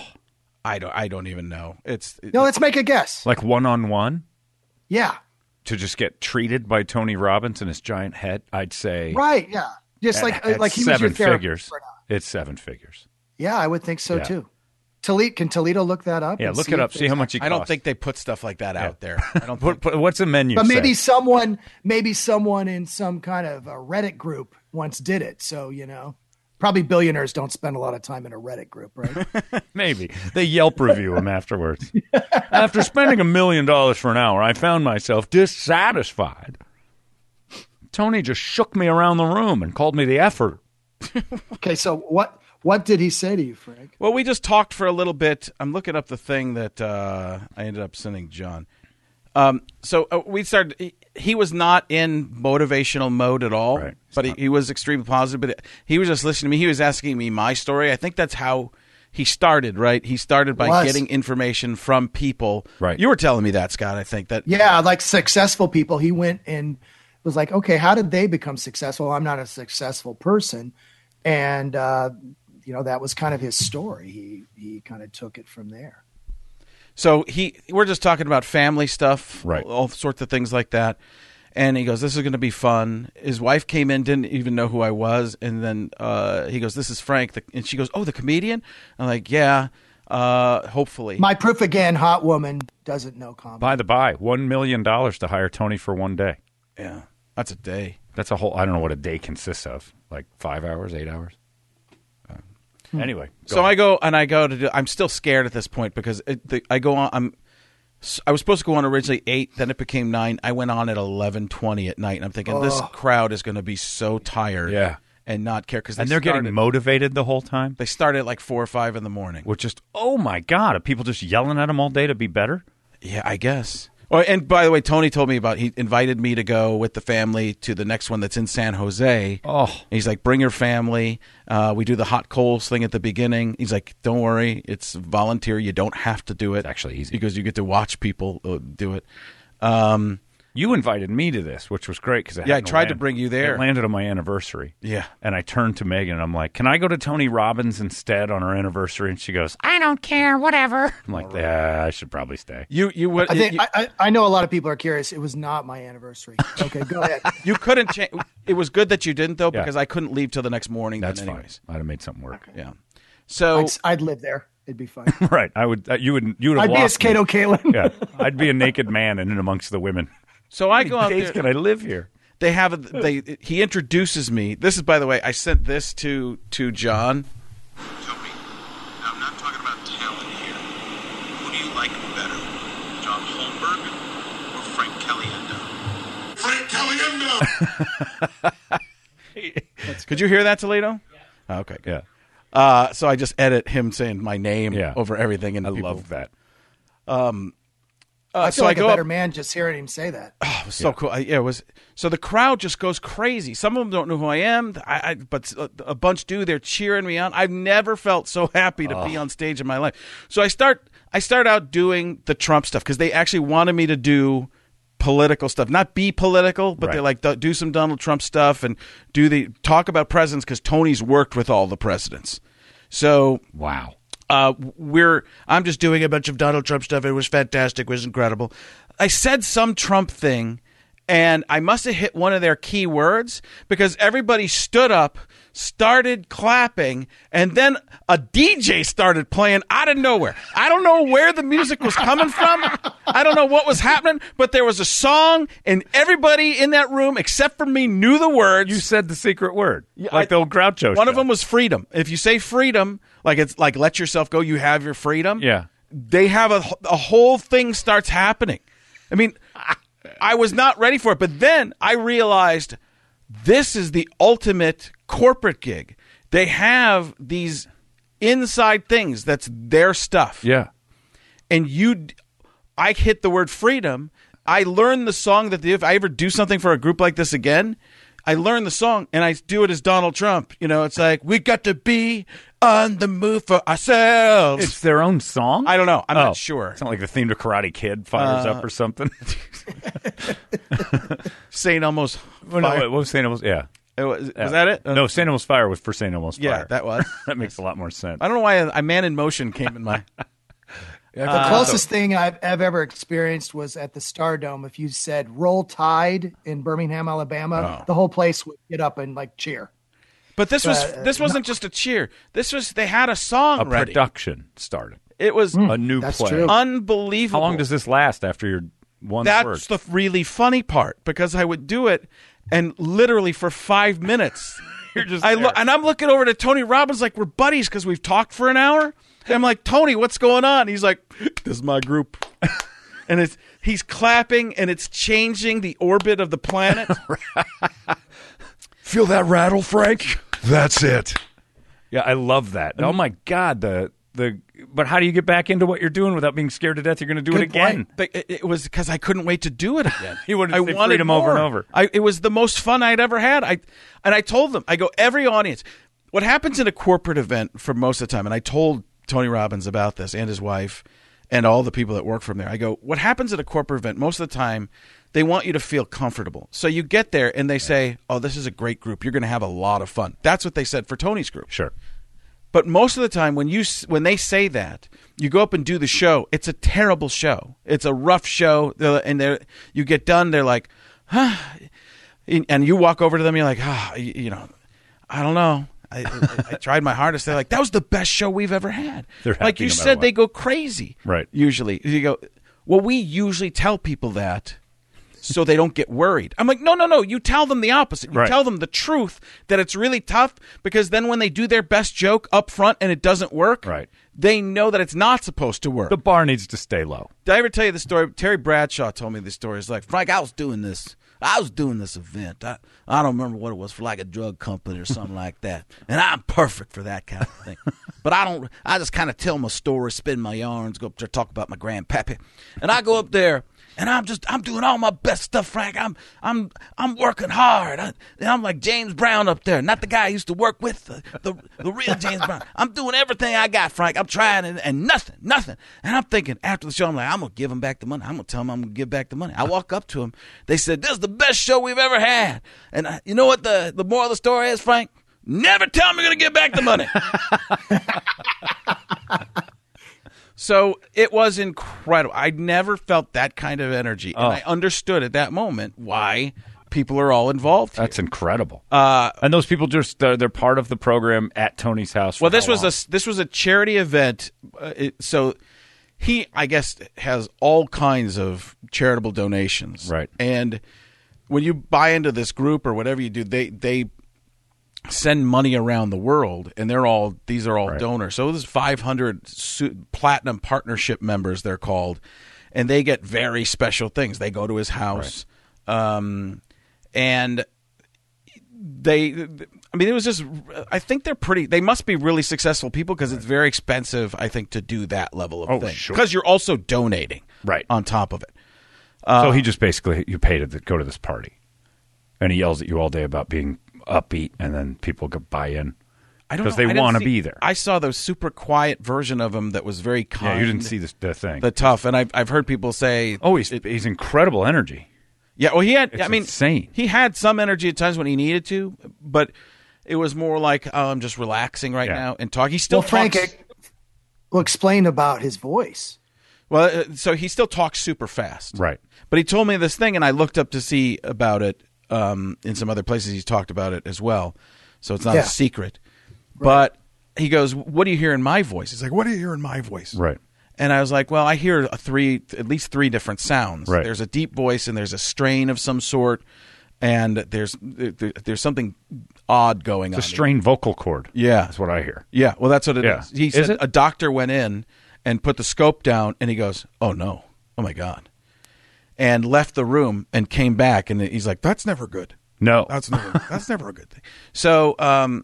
Speaker 2: I don't. I don't even know. It's
Speaker 3: No, let's make a guess.
Speaker 1: like one on one
Speaker 3: Yeah,
Speaker 1: to just get treated by Tony Robbins and his giant head. I'd say
Speaker 3: right. Yeah, just
Speaker 1: at-
Speaker 3: like uh,
Speaker 1: at
Speaker 3: like he was
Speaker 1: seven
Speaker 3: your therapist
Speaker 1: figures.
Speaker 3: or not.
Speaker 1: It's seven figures.
Speaker 3: Yeah, I would think so
Speaker 1: Yeah.
Speaker 3: too. Toledo, can Toledo look that up?
Speaker 1: Yeah,
Speaker 3: and
Speaker 1: look
Speaker 3: see
Speaker 1: it up.
Speaker 3: if
Speaker 1: See how much you.
Speaker 2: I don't think they put stuff like that out there. I don't.
Speaker 1: What,
Speaker 2: think,
Speaker 1: what- what's a menu?
Speaker 3: But
Speaker 1: say?
Speaker 3: maybe someone, maybe someone in some kind of a Reddit group once did it. So you know, probably billionaires don't spend a lot of time in a Reddit group, right?
Speaker 1: Maybe they Yelp review him afterwards. After spending a million dollars for an hour, I found myself dissatisfied. Tony just shook me around the room and called me the effort.
Speaker 3: okay, so what what did he say to you, Frank?
Speaker 2: well, we just talked for a little bit. I'm looking up the thing that uh, I ended up sending John. Um, so uh, we started. He, he was not in motivational mode at all,
Speaker 1: Right.
Speaker 2: but he, he was extremely positive. But he was just listening to me. He was asking me my story. I think that's how he started. Right? He started by
Speaker 3: Was.
Speaker 2: getting information from people.
Speaker 1: Right.
Speaker 2: You were telling me that, Scott. I think that.
Speaker 3: Yeah, like successful people. He went and was like, okay, how did they become successful? I'm not a successful person, and uh, you know that was kind of his story. He he kind of took it from there.
Speaker 2: So he, we're just talking about family stuff,
Speaker 1: Right.
Speaker 2: All, all sorts of things like that. And he goes, "This is going to be fun." His wife came in, didn't even know who I was, and then uh, he goes, "This is Frank," the, and she goes, "Oh, the comedian." I'm like, "Yeah, uh, hopefully."
Speaker 3: My proof again, hot woman doesn't know comedy.
Speaker 1: By the by, one million dollars to hire Tony for one day.
Speaker 2: yeah, that's a day.
Speaker 1: That's a whole. I don't know what a day consists of. Like five hours, eight hours. Uh, Anyway, go
Speaker 2: Hmm. so
Speaker 1: on.
Speaker 2: I go and I go to. Do, I'm still scared at this point because it, the, I go on. I'm. s- I was supposed to go on originally eight, then it became nine. I went on at eleven twenty at night, and I'm thinking this crowd is going to be so tired,
Speaker 1: Yeah.
Speaker 2: and not care because
Speaker 1: and they're getting motivated the whole time.
Speaker 2: They start at like four or five in the morning.
Speaker 1: We're just oh my god, are people just yelling at him all day to be better?
Speaker 2: Yeah, I guess. Oh, and by the way, Tony told me about he invited me to go with the family to the next one that's in San Jose.
Speaker 1: Oh.
Speaker 2: he's like, bring your family. Uh, we do the hot coals thing at the beginning. He's like, don't worry, it's volunteer. You don't have to do it. It's
Speaker 1: actually easy.
Speaker 2: because you get to watch people uh, do it.
Speaker 1: You invited me to this, which was great because
Speaker 2: Yeah, I tried to bring you there.
Speaker 1: It landed on my anniversary.
Speaker 2: Yeah.
Speaker 1: and I turned to Megan and I'm like, "Can I go to Tony Robbins instead on her anniversary?" And she goes, "I don't care, whatever." I'm like, "Yeah, I should probably stay."
Speaker 2: You you would
Speaker 3: I think
Speaker 2: you,
Speaker 3: I, I, I know a lot of people are curious. It was not my anniversary. Okay, go ahead.
Speaker 2: you couldn't change. It was good that you didn't though
Speaker 1: Yeah.
Speaker 2: because I couldn't leave till the next morning.
Speaker 1: That's
Speaker 2: then
Speaker 1: fine.
Speaker 2: anyways.
Speaker 1: I'd have made something work.
Speaker 2: Yeah. So
Speaker 3: I'd, I'd live there. It'd be fun.
Speaker 1: Right. I would. Uh, you would. You would have
Speaker 3: I'd be as
Speaker 1: lost. me.
Speaker 3: Kato Kalin.
Speaker 1: yeah. I'd be a naked man and in amongst the women.
Speaker 2: so I go out
Speaker 1: Days
Speaker 2: there.
Speaker 1: can I live here?
Speaker 2: they have a, they he introduces me this is by the way i sent this to to john
Speaker 9: Toby, I'm not talking about talent here. Who do you like better, John Holmberg or Frank Caliendo? Frank Caliendo!
Speaker 2: could you hear that toledo yeah. okay
Speaker 1: Yeah.
Speaker 2: good. uh so i just edit him saying my name
Speaker 1: Yeah.
Speaker 2: over everything and
Speaker 1: I
Speaker 2: people-
Speaker 1: love that.
Speaker 2: uh,
Speaker 3: I feel
Speaker 2: so
Speaker 3: like
Speaker 2: i
Speaker 3: a
Speaker 2: go
Speaker 3: better
Speaker 2: up,
Speaker 3: man just hearing him say that.
Speaker 2: was so cool. I, yeah, it was so the crowd just goes crazy. Some of them don't know who I am, I, I, but a, a bunch do. They're cheering me on. I've never felt so happy to be on stage in my life. So I start I start out doing the Trump stuff because they actually wanted me to do political stuff, not be political, but they
Speaker 1: Right.
Speaker 2: like do some Donald Trump stuff and do the talk about presidents because Tony's worked with all the presidents. So
Speaker 1: Wow.
Speaker 2: uh, we're I'm just doing a bunch of Donald Trump stuff. It was fantastic. It was incredible. I said some Trump thing, and I must have hit one of their key words because everybody stood up, started clapping, and then a DJ started playing out of nowhere. I don't know where the music was coming from. I don't know what was happening, but there was a song, and everybody in that room except for me knew the words.
Speaker 1: You said the secret word, like the old Groucho.
Speaker 2: One
Speaker 1: show.
Speaker 2: of them was freedom. If you say freedom, like it's like let yourself go, you have your freedom.
Speaker 1: Yeah.
Speaker 2: They have a a whole thing starts happening. I mean, I- I was not ready for it, but then I realized this is the ultimate corporate gig. They have these inside things that's their stuff
Speaker 1: Yeah.
Speaker 2: and you d- I hit the word freedom. I learned the song that the, if I ever do something for a group like this again, I learn the song and I do it as Donald Trump. You know, it's like we got to be on the move for ourselves.
Speaker 1: It's their own song.
Speaker 2: I don't know. I'm
Speaker 1: Oh.
Speaker 2: not sure. Uh,
Speaker 1: It's not like the theme to Karate Kid fires up or something.
Speaker 2: Saint almost.
Speaker 1: Well, no, what was Saint Elmo's? Yeah.
Speaker 2: It was,
Speaker 1: Yeah.
Speaker 2: Oh, was that it?
Speaker 1: No, Saint Elmo's Fire was for Saint Elmo's
Speaker 2: Yeah,
Speaker 1: Fire.
Speaker 2: that was.
Speaker 1: that makes a lot more sense.
Speaker 2: I don't know why a, a man in motion came in my.
Speaker 3: The closest thing I've, I've ever experienced was at the Stardome. If you said "Roll Tide" in Birmingham, Alabama, the whole place would get up and like cheer.
Speaker 2: But this was
Speaker 3: But, uh,
Speaker 2: this wasn't just a cheer. This was they had a song
Speaker 1: A
Speaker 2: ready.
Speaker 1: production started.
Speaker 2: it was
Speaker 1: A new
Speaker 3: That's
Speaker 1: play.
Speaker 3: true.
Speaker 2: unbelievable.
Speaker 1: How long does this last after your one word?
Speaker 2: That's the really funny part because I would do it and literally for five minutes.
Speaker 1: You're just
Speaker 2: I lo-
Speaker 1: there.
Speaker 2: and I'm looking over to Tony Robbins like we're buddies because we've talked for an hour. And I'm like, Tony, what's going on? He's like, This is my group. and it's he's clapping and it's changing the orbit of the planet.
Speaker 7: Feel that rattle, Frank? That's it.
Speaker 1: yeah, I love that. oh my god, the the. But how do you get back into what you're doing without being scared to death? You're going to do it again.
Speaker 2: But it, it was because I couldn't wait to do it again.
Speaker 1: You wanted to
Speaker 2: I
Speaker 1: say freedom over and over.
Speaker 2: I, it was the most fun I'd ever had. I and I told them, I go every audience. What happens in a corporate event for most of the time, and I told Tony Robbins about this and his wife and all the people that work from there. I go, what happens at a corporate event most of the time? They want you to feel comfortable. So you get there and they say, "Oh, this is a great group. You're going to have a lot of fun." That's what they said for Tony's group.
Speaker 1: Sure.
Speaker 2: But most of the time, when you s- when they say that, you go up and do the show. It's a terrible show. It's a rough show, They're- and they you get done. They're like, huh, and and you walk over to them. You're like, ah, you, you know, I don't know. I, I, I tried my hardest. They're like, that was the best show we've ever had.
Speaker 1: They're happy
Speaker 2: like you
Speaker 1: no matter
Speaker 2: said,
Speaker 1: what.
Speaker 2: they go crazy.
Speaker 1: Right.
Speaker 2: Usually, you go. Well, we usually tell people that. So they don't get worried. I'm like, no, no, no. You tell them the opposite. You
Speaker 1: Right.
Speaker 2: tell them them the truth that it's really tough because then when they do their best joke up front and it doesn't work,
Speaker 1: Right.
Speaker 2: they know that it's not supposed to work.
Speaker 1: The bar needs to stay low.
Speaker 2: Did I ever tell you the story? Terry Bradshaw told me the story. It's like,
Speaker 7: Frank, I was doing this. I was doing this event. I, I don't remember what it was for, like a drug company or something like that. And I'm perfect for that kind of thing. but I don't. I just kind of tell my story, spin my yarns, go up there, talk about my grandpappy, and I go up there. And I'm just I'm doing all my best stuff, Frank. I'm I'm I'm working hard. I, and I'm like James Brown up there, not the guy I used to work with, the, the the real James Brown. I'm doing everything I got, Frank. I'm trying and, and nothing, nothing. And I'm thinking after the show, I'm like, I'm gonna give him back the money. I'm gonna tell him I'm gonna give back the money. I walk up to him. They said, "This is the best show we've ever had." And I, you know what the the moral of the story is, Frank? Never tell me you're gonna give back the money.
Speaker 2: so it was incredible. I never felt that kind of energy, and I understood at that moment why people are all involved. here.
Speaker 1: That's incredible. Uh, and those people just they're, they're part of the program at Tony's house. for
Speaker 2: Well, this
Speaker 1: how
Speaker 2: was
Speaker 1: long?
Speaker 2: a this was a charity event, uh, it, so he I guess has all kinds of charitable donations,
Speaker 1: Right.
Speaker 2: And when you buy into this group or whatever you do, they they send money around the world, and they're all these are all donors. So there's 500 su- platinum partnership members they're called, and they get very special things. They go to his house, um, and they i mean it was just i think they're pretty they must be really successful people because it's very expensive i think to do that level of
Speaker 1: Oh,
Speaker 2: thing
Speaker 1: sure.
Speaker 2: because you're also donating
Speaker 1: Right.
Speaker 2: on top of it
Speaker 1: so
Speaker 2: Uh-huh.
Speaker 1: he just basically you pay to th- go to this party, and he yells at you all day about being upbeat, and then people go buy in
Speaker 2: i don't
Speaker 1: because
Speaker 2: know,
Speaker 1: they
Speaker 2: I didn't
Speaker 1: want to
Speaker 2: see-
Speaker 1: be there.
Speaker 2: i saw the super quiet version of him that was very kind
Speaker 1: yeah, you didn't see this, the thing.
Speaker 2: the tough and i've, I've heard people say
Speaker 1: oh, he's he's incredible energy.
Speaker 2: yeah well he had
Speaker 1: It's
Speaker 2: i mean
Speaker 1: insane.
Speaker 2: he had some energy at times when he needed to but it was more like oh, i'm just relaxing right
Speaker 1: Yeah.
Speaker 2: now and talk he still
Speaker 3: Well, Frank-
Speaker 2: talks
Speaker 3: Well, explain about his voice.
Speaker 2: well uh, so he still talks super fast
Speaker 1: Right.
Speaker 2: But he told me this thing, and I looked up to see about it um, in some other places. He's talked about it as well, so it's not
Speaker 3: Yeah.
Speaker 2: a secret. But he goes, "What do you hear in my voice?" He's like, "What do you hear in my voice?"
Speaker 1: Right.
Speaker 2: And I was like, "Well, I hear a three, at least three different sounds.
Speaker 1: Right.
Speaker 2: There's a deep voice, and there's a strain of some sort, and there's there, there's something odd going on.
Speaker 1: The
Speaker 2: here."
Speaker 1: strained vocal cord.
Speaker 2: Yeah.
Speaker 1: that's what I hear.
Speaker 2: Yeah, well, that's what it is.
Speaker 1: Yeah.
Speaker 2: He
Speaker 1: Is
Speaker 2: said
Speaker 1: it?
Speaker 2: a doctor went in and put the scope down, and he goes, "Oh no, oh my god," and left the room and came back, and he's like, "That's never good.
Speaker 1: No,
Speaker 2: That's never that's never a good thing." So, um,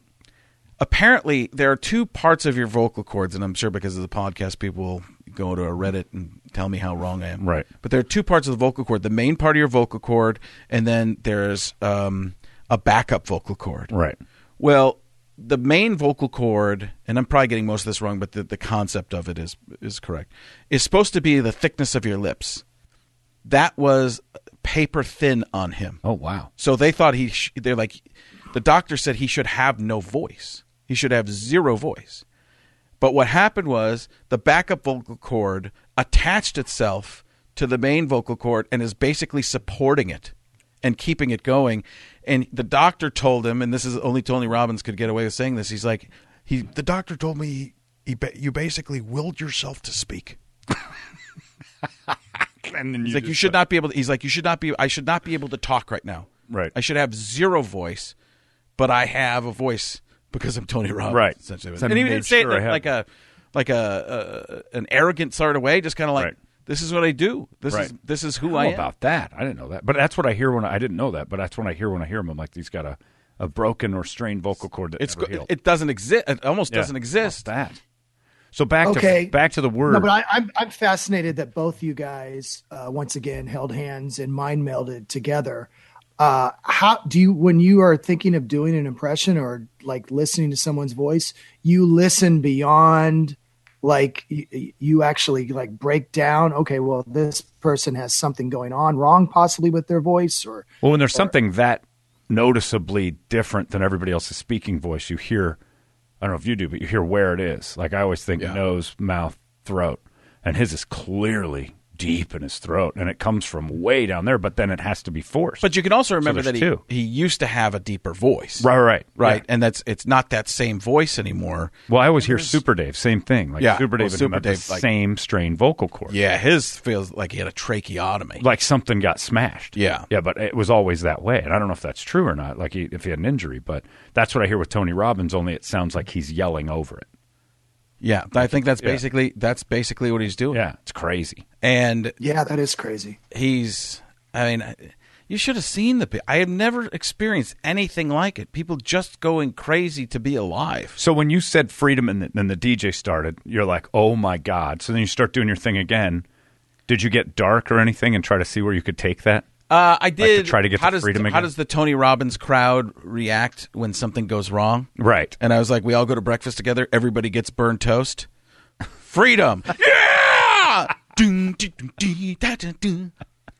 Speaker 2: apparently, there are two parts of your vocal cords, and I'm sure because of the podcast, people will go to a Reddit and tell me how wrong I am.
Speaker 1: Right.
Speaker 2: But there are two parts of the vocal cord: the main part of your vocal cord, and then there's um, a backup vocal cord.
Speaker 1: right.
Speaker 2: Well, the main vocal cord, and I'm probably getting most of this wrong, but the, the concept of it is is correct. Is supposed to be the thickness of your lips. That was paper thin on him.
Speaker 1: Oh wow.
Speaker 2: So they thought he. Sh- they're like, the doctor said he should have no voice. He should have zero voice. But what happened was the backup vocal cord attached itself to the main vocal cord and is basically supporting it and keeping it going. And the doctor told him, and this is only Tony Robbins could get away with saying this. He's like, he. The doctor told me he, he ba- you basically willed yourself to speak.
Speaker 1: And then
Speaker 2: He's like, you should not be able. To, he's like, you should not be. I should not be able to talk right now.
Speaker 1: Right.
Speaker 2: I should have zero voice, but I have a voice because I'm Tony Robbins.
Speaker 1: Right.
Speaker 2: Essentially,
Speaker 1: So I
Speaker 2: and he
Speaker 1: made
Speaker 2: didn't say
Speaker 1: sure I
Speaker 2: it
Speaker 1: had-
Speaker 2: like, like a like a, a an arrogant sort of way. Just kind of like,
Speaker 1: Right.
Speaker 2: this is what I do. This
Speaker 1: Right.
Speaker 2: is this is who
Speaker 1: I
Speaker 2: I
Speaker 1: know
Speaker 2: am.
Speaker 1: about that. I didn't know that, but that's what I hear when I, I didn't know that, but that's when I hear when I hear him. I'm like, he's got a, a broken or strained vocal cord that
Speaker 2: It's
Speaker 1: never
Speaker 2: go-
Speaker 1: healed.
Speaker 2: it doesn't exist. It almost
Speaker 1: Yeah.
Speaker 2: doesn't exist.
Speaker 1: What's that. So back
Speaker 3: Okay.
Speaker 1: to back to the word.
Speaker 3: No, but I, I'm I'm fascinated that both you guys uh, once again held hands and mind melded together. Uh, how do you when you are thinking of doing an impression or like listening to someone's voice, you listen beyond like you, you actually like break down. Okay, well this person has something going on wrong possibly with their voice or
Speaker 1: well, when there's something that noticeably different than everybody else's speaking voice, you hear. I don't know if you do, but you hear where it is. Like I always think nose, mouth, throat, and his is clearly deep in his throat, and it comes from way down there. But then it has to be forced.
Speaker 2: But you can also remember
Speaker 1: there's
Speaker 2: that he,
Speaker 1: two.
Speaker 2: he used to have a deeper voice.
Speaker 1: right, right,
Speaker 2: Right.
Speaker 1: Yeah.
Speaker 2: And that's it's not that same voice anymore.
Speaker 1: Well, I always hear Super Dave, same thing. Like
Speaker 2: Yeah,
Speaker 1: Super
Speaker 2: well,
Speaker 1: Dave, and
Speaker 2: Super
Speaker 1: him have the
Speaker 2: Dave, like-
Speaker 1: same strained vocal cord.
Speaker 2: Yeah, his feels like he had a tracheotomy.
Speaker 1: like something got smashed.
Speaker 2: Yeah.
Speaker 1: yeah, but it was always that way, and I don't know if that's true or not. Like he, if he had an injury, but that's what I hear with Tony Robbins. Only it sounds like he's yelling over it.
Speaker 2: Yeah, I think that's
Speaker 1: Yeah.
Speaker 2: basically that's basically what he's doing.
Speaker 1: Yeah, it's crazy.
Speaker 2: and
Speaker 3: yeah, that is crazy.
Speaker 2: he's. I mean, I- you should have seen the. pi- I have never experienced anything like it. People just going crazy to be alive.
Speaker 1: So when you said freedom and the, and the DJ started, you're like, oh my god. So then you start doing your thing again. Did you get dark or anything and try to see where you could take that?
Speaker 2: Uh, I did
Speaker 1: try to get
Speaker 2: how
Speaker 1: to
Speaker 2: does,
Speaker 1: freedom
Speaker 2: How
Speaker 1: again?
Speaker 2: does the Tony Robbins crowd react when something goes wrong?
Speaker 1: Right.
Speaker 2: And I was like, we all go to breakfast together. Everybody gets burned toast. Freedom. yeah. Dun, dun, dun, dun, da, dun, dun.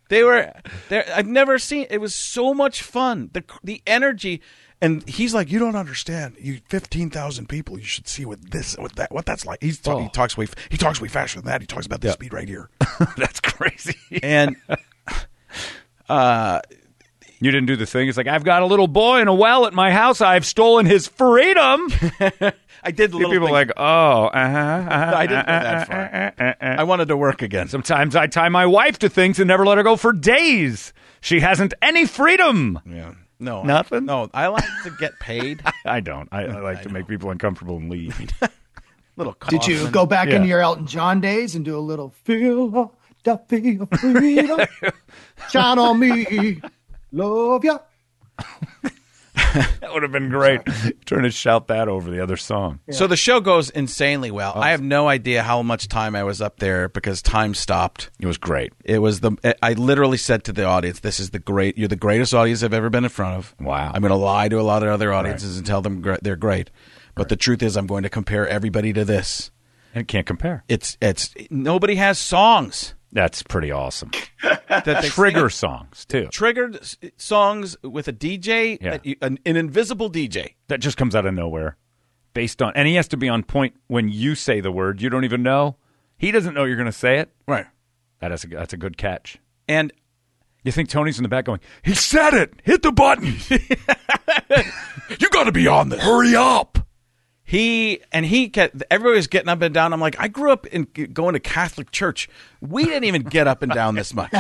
Speaker 2: They were there. I've never seen. It was so much fun. The the energy, and he's like, you don't understand. You fifteen thousand people. You should see what this, what that, what that's like. He's ta-
Speaker 1: Oh.
Speaker 2: he talks way he talks way faster than that. He talks about the speed right here.
Speaker 1: that's crazy.
Speaker 2: and
Speaker 1: You didn't do the thing. It's like I've got a little boy in a well at my house. I've stolen his freedom.
Speaker 2: I did
Speaker 1: People
Speaker 2: little
Speaker 1: are
Speaker 2: things.
Speaker 1: like, oh, uh-huh, uh-huh,
Speaker 2: I didn't go that
Speaker 1: uh-huh,
Speaker 2: far.
Speaker 1: uh-huh, uh-huh.
Speaker 2: I wanted to work again.
Speaker 1: Sometimes I tie my wife to things and never let her go for days. She hasn't any freedom.
Speaker 2: Yeah. No.
Speaker 1: Nothing?
Speaker 2: No, I like to get paid.
Speaker 1: I don't. I, I like to make people uncomfortable and leave.
Speaker 2: little
Speaker 3: Did you go back
Speaker 1: Yeah.
Speaker 3: into your Elton John days and do a little feel da feel freedom? Shine on me, love ya.
Speaker 1: that would have been great. Trying to shout that over the other song.
Speaker 2: So the show goes insanely well. I have no idea how much time I was up there because time stopped.
Speaker 1: It was great.
Speaker 2: It was the I literally said to the audience, "This is the great. You're the greatest audience I've ever been in front of."
Speaker 1: Wow.
Speaker 2: I'm going to lie to a lot of other audiences and tell them gr- they're great, but the truth is, I'm going to compare everybody to this.
Speaker 1: It can't compare.
Speaker 2: It's it's nobody has songs
Speaker 1: That's pretty awesome.
Speaker 2: that they
Speaker 1: Trigger
Speaker 2: sing.
Speaker 1: songs too.
Speaker 2: triggered s- songs with a DJ,
Speaker 1: Yeah.
Speaker 2: that you, an, an invisible DJ.
Speaker 1: that just comes out of nowhere based on and he has to be on point when you say the word you don't even know he doesn't know you're going to say it
Speaker 2: Right.
Speaker 1: that is a, that's a good catch
Speaker 2: And
Speaker 1: you think tony's in the back going he said it hit the button you got to be on this hurry up
Speaker 2: he and he kept everybody was getting up and down. I'm like, I grew up in going to Catholic church. We didn't even get up and down this much.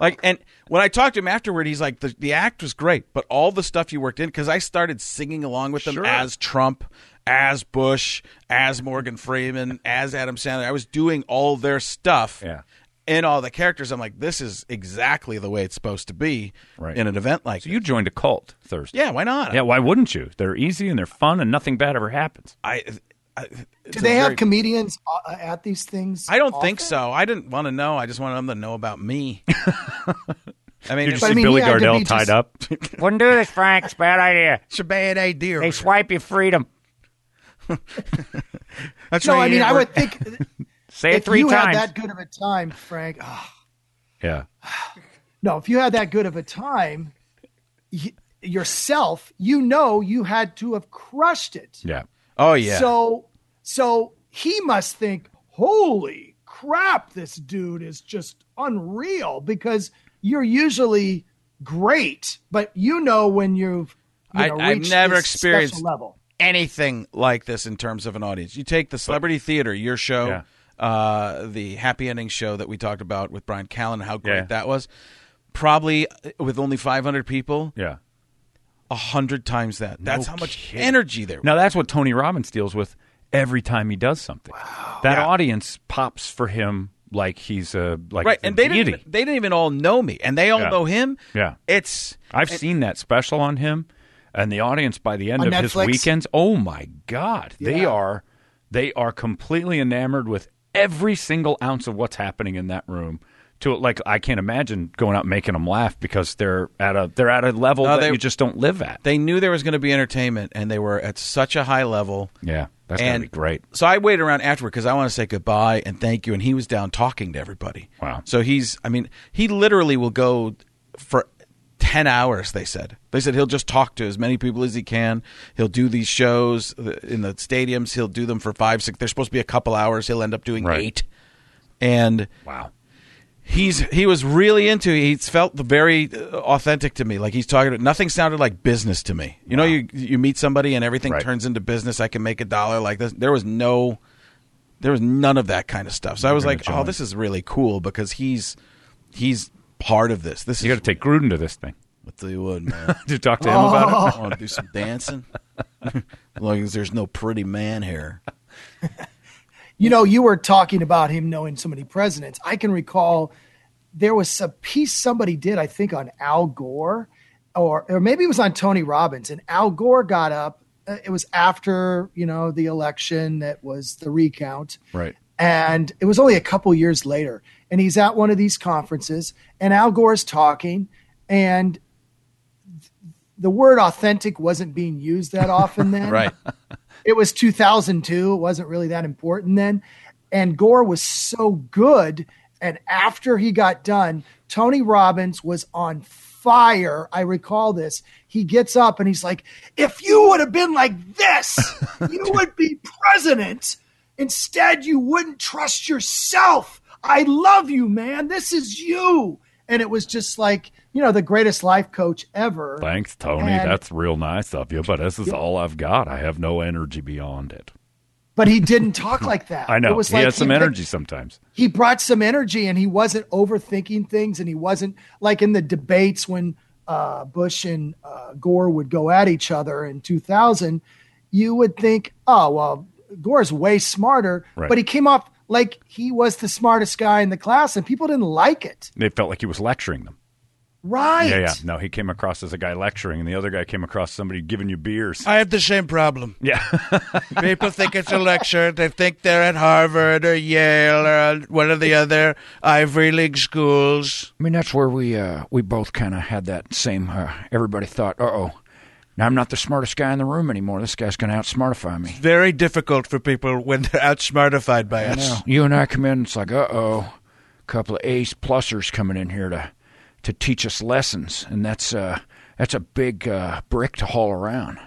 Speaker 2: like, and when I talked to him afterward, he's like, the, the act was great, but all the stuff you worked in because I started singing along with them as Trump, as Bush, as Morgan Freeman, as Adam Sandler. I was doing all their stuff.
Speaker 1: Yeah.
Speaker 2: And all the characters, I'm like, this is exactly the way it's supposed to be
Speaker 1: Right.
Speaker 2: in an event like
Speaker 1: so
Speaker 2: this.
Speaker 1: you joined a cult thursday
Speaker 2: Yeah, why not?
Speaker 1: yeah why wouldn't you they're easy and they're fun and nothing bad ever happens
Speaker 2: I, I,
Speaker 3: Do they have comedians uh, at these things?
Speaker 2: I don't think
Speaker 3: often?
Speaker 2: so. I didn't want to know. I just wanted them to know about me. I mean,
Speaker 1: Did you
Speaker 2: it's
Speaker 1: see
Speaker 3: I mean,
Speaker 1: Billy
Speaker 3: he had to
Speaker 1: Gardell
Speaker 3: be
Speaker 1: tied
Speaker 3: just-
Speaker 1: up? Wouldn't do this, Frank. It's a bad idea.
Speaker 2: a bad idea.
Speaker 1: swipe your freedom.
Speaker 2: That's
Speaker 3: No,
Speaker 2: why
Speaker 3: I
Speaker 2: you
Speaker 3: mean,
Speaker 2: didn't
Speaker 3: I
Speaker 2: work-
Speaker 3: would think
Speaker 1: Say
Speaker 3: if you had that good of a time, Frank. ah,
Speaker 1: yeah.
Speaker 3: no, if you had that good of a time y- yourself, you know you had to have crushed it.
Speaker 1: Yeah.
Speaker 2: Oh yeah.
Speaker 3: So so he must think, holy crap, this dude is just unreal because you're usually great, but you know when you've you
Speaker 2: I-
Speaker 3: know,
Speaker 2: I've
Speaker 3: reached
Speaker 2: never
Speaker 3: this special
Speaker 2: experienced-
Speaker 3: level.
Speaker 2: anything like this in terms of an audience. You take the celebrity theater, your show,
Speaker 1: Yeah.
Speaker 2: uh, the happy ending show that we talked about with Brian Callen, how great
Speaker 1: Yeah.
Speaker 2: that was. Probably uh, with only 500 people,
Speaker 1: Yeah.
Speaker 2: a hundred times that. That's how much
Speaker 1: kidding.
Speaker 2: energy there. was.
Speaker 1: Now that's what Tony Robbins deals with every time he does something. That audience pops for him like he's a like
Speaker 2: right?
Speaker 1: a
Speaker 2: And they
Speaker 1: deity.
Speaker 2: didn't. even- They didn't even all know me, and they all
Speaker 1: Yeah.
Speaker 2: know him.
Speaker 1: Yeah.
Speaker 2: It's
Speaker 1: I've seen that special on him, and the audience by the end
Speaker 3: On
Speaker 1: of his
Speaker 3: Netflix?
Speaker 1: weekends. Oh my God, they are they are completely enamored with every single ounce of what's happening in that room. To like, I can't imagine going out and making them laugh because they're at a they're at a level
Speaker 2: No,
Speaker 1: that
Speaker 2: they-
Speaker 1: you just don't live at.
Speaker 2: they knew there was going to be entertainment, and they were at such a high level.
Speaker 1: yeah, that's gonna
Speaker 2: and
Speaker 1: be great.
Speaker 2: So I waited around afterward because I want to say goodbye and thank you. And he was down talking to everybody.
Speaker 1: Wow.
Speaker 2: So he's, I mean, he literally will go for 10 hours, they said. They said he'll just talk to as many people as he can. He'll do these shows uh, in the stadiums. He'll do them for five, six. They're supposed to be a couple hours. He'll end up doing
Speaker 1: Right.
Speaker 2: eight. And
Speaker 1: Wow.
Speaker 2: he's he was really into it. he felt very uh, authentic to me like he's talking nothing sounded like business to me you know you you meet somebody and everything
Speaker 1: Right.
Speaker 2: turns into business i can make a dollar like this there was no there was none of that kind of stuff so i was like oh this is really cool because he's he's part of this this
Speaker 1: You got
Speaker 2: is
Speaker 1: to take Gruden to this thing.
Speaker 2: what they would man
Speaker 1: Did you talk to him
Speaker 2: Oh.
Speaker 1: about it?
Speaker 2: i want to do some dancing as long as there's no pretty man here
Speaker 3: You know, you were talking about him knowing so many presidents. I can recall there was a piece somebody did, I think, on Al Gore, or or maybe it was on Tony Robbins. And Al Gore got up. uh, It was after you know the election that was the recount,
Speaker 1: Right.
Speaker 3: and it was only a couple years later. And he's at one of these conferences, and Al Gore's talking, and th- the word authentic wasn't being used that often then
Speaker 2: right
Speaker 3: it was 2002 it wasn't really that important then and gore was so good and after he got done tony robbins was on fire i recall this he gets up and he's like if you would have been like this you would be president instead you wouldn't trust yourself i love you man this is you and it was just like you know, the greatest life coach ever.
Speaker 1: Thanks, Tony.
Speaker 3: And-
Speaker 1: That's real nice of you, but this is all I've got. I have no energy beyond it.
Speaker 3: But he didn't talk like that.
Speaker 1: I know.
Speaker 3: It was
Speaker 1: He
Speaker 3: like
Speaker 1: has some
Speaker 3: picked-
Speaker 1: energy sometimes.
Speaker 3: he brought some energy and he wasn't overthinking things and he wasn't like in the debates when uh, Bush and uh, Gore would go at each other in 2000. You would think, oh, well, Gore's way smarter,
Speaker 1: Right.
Speaker 3: but he came off like he was the smartest guy in the class and people didn't like it.
Speaker 1: They felt like he was lecturing them.
Speaker 3: Right.
Speaker 1: Yeah, yeah. No, he came across as a guy lecturing, and the other guy came across somebody giving you beers.
Speaker 10: I have the same problem.
Speaker 1: yeah.
Speaker 10: People think it's a lecture. They think they're at Harvard or Yale or one of the other Ivy League schools.
Speaker 11: I mean, that's where we uh, we both kind of had that same. Uh, everybody thought, "Uh oh, now I'm not the smartest guy in the room anymore. This guy's going to outsmartify me."
Speaker 10: Very difficult for people when they're outsmartified by
Speaker 11: I know.
Speaker 10: us.
Speaker 11: You and I come in, it's like, "Uh oh, couple of ace plusers coming in here to to teach us lessons," and that's uh, that's a big uh, brick to haul around.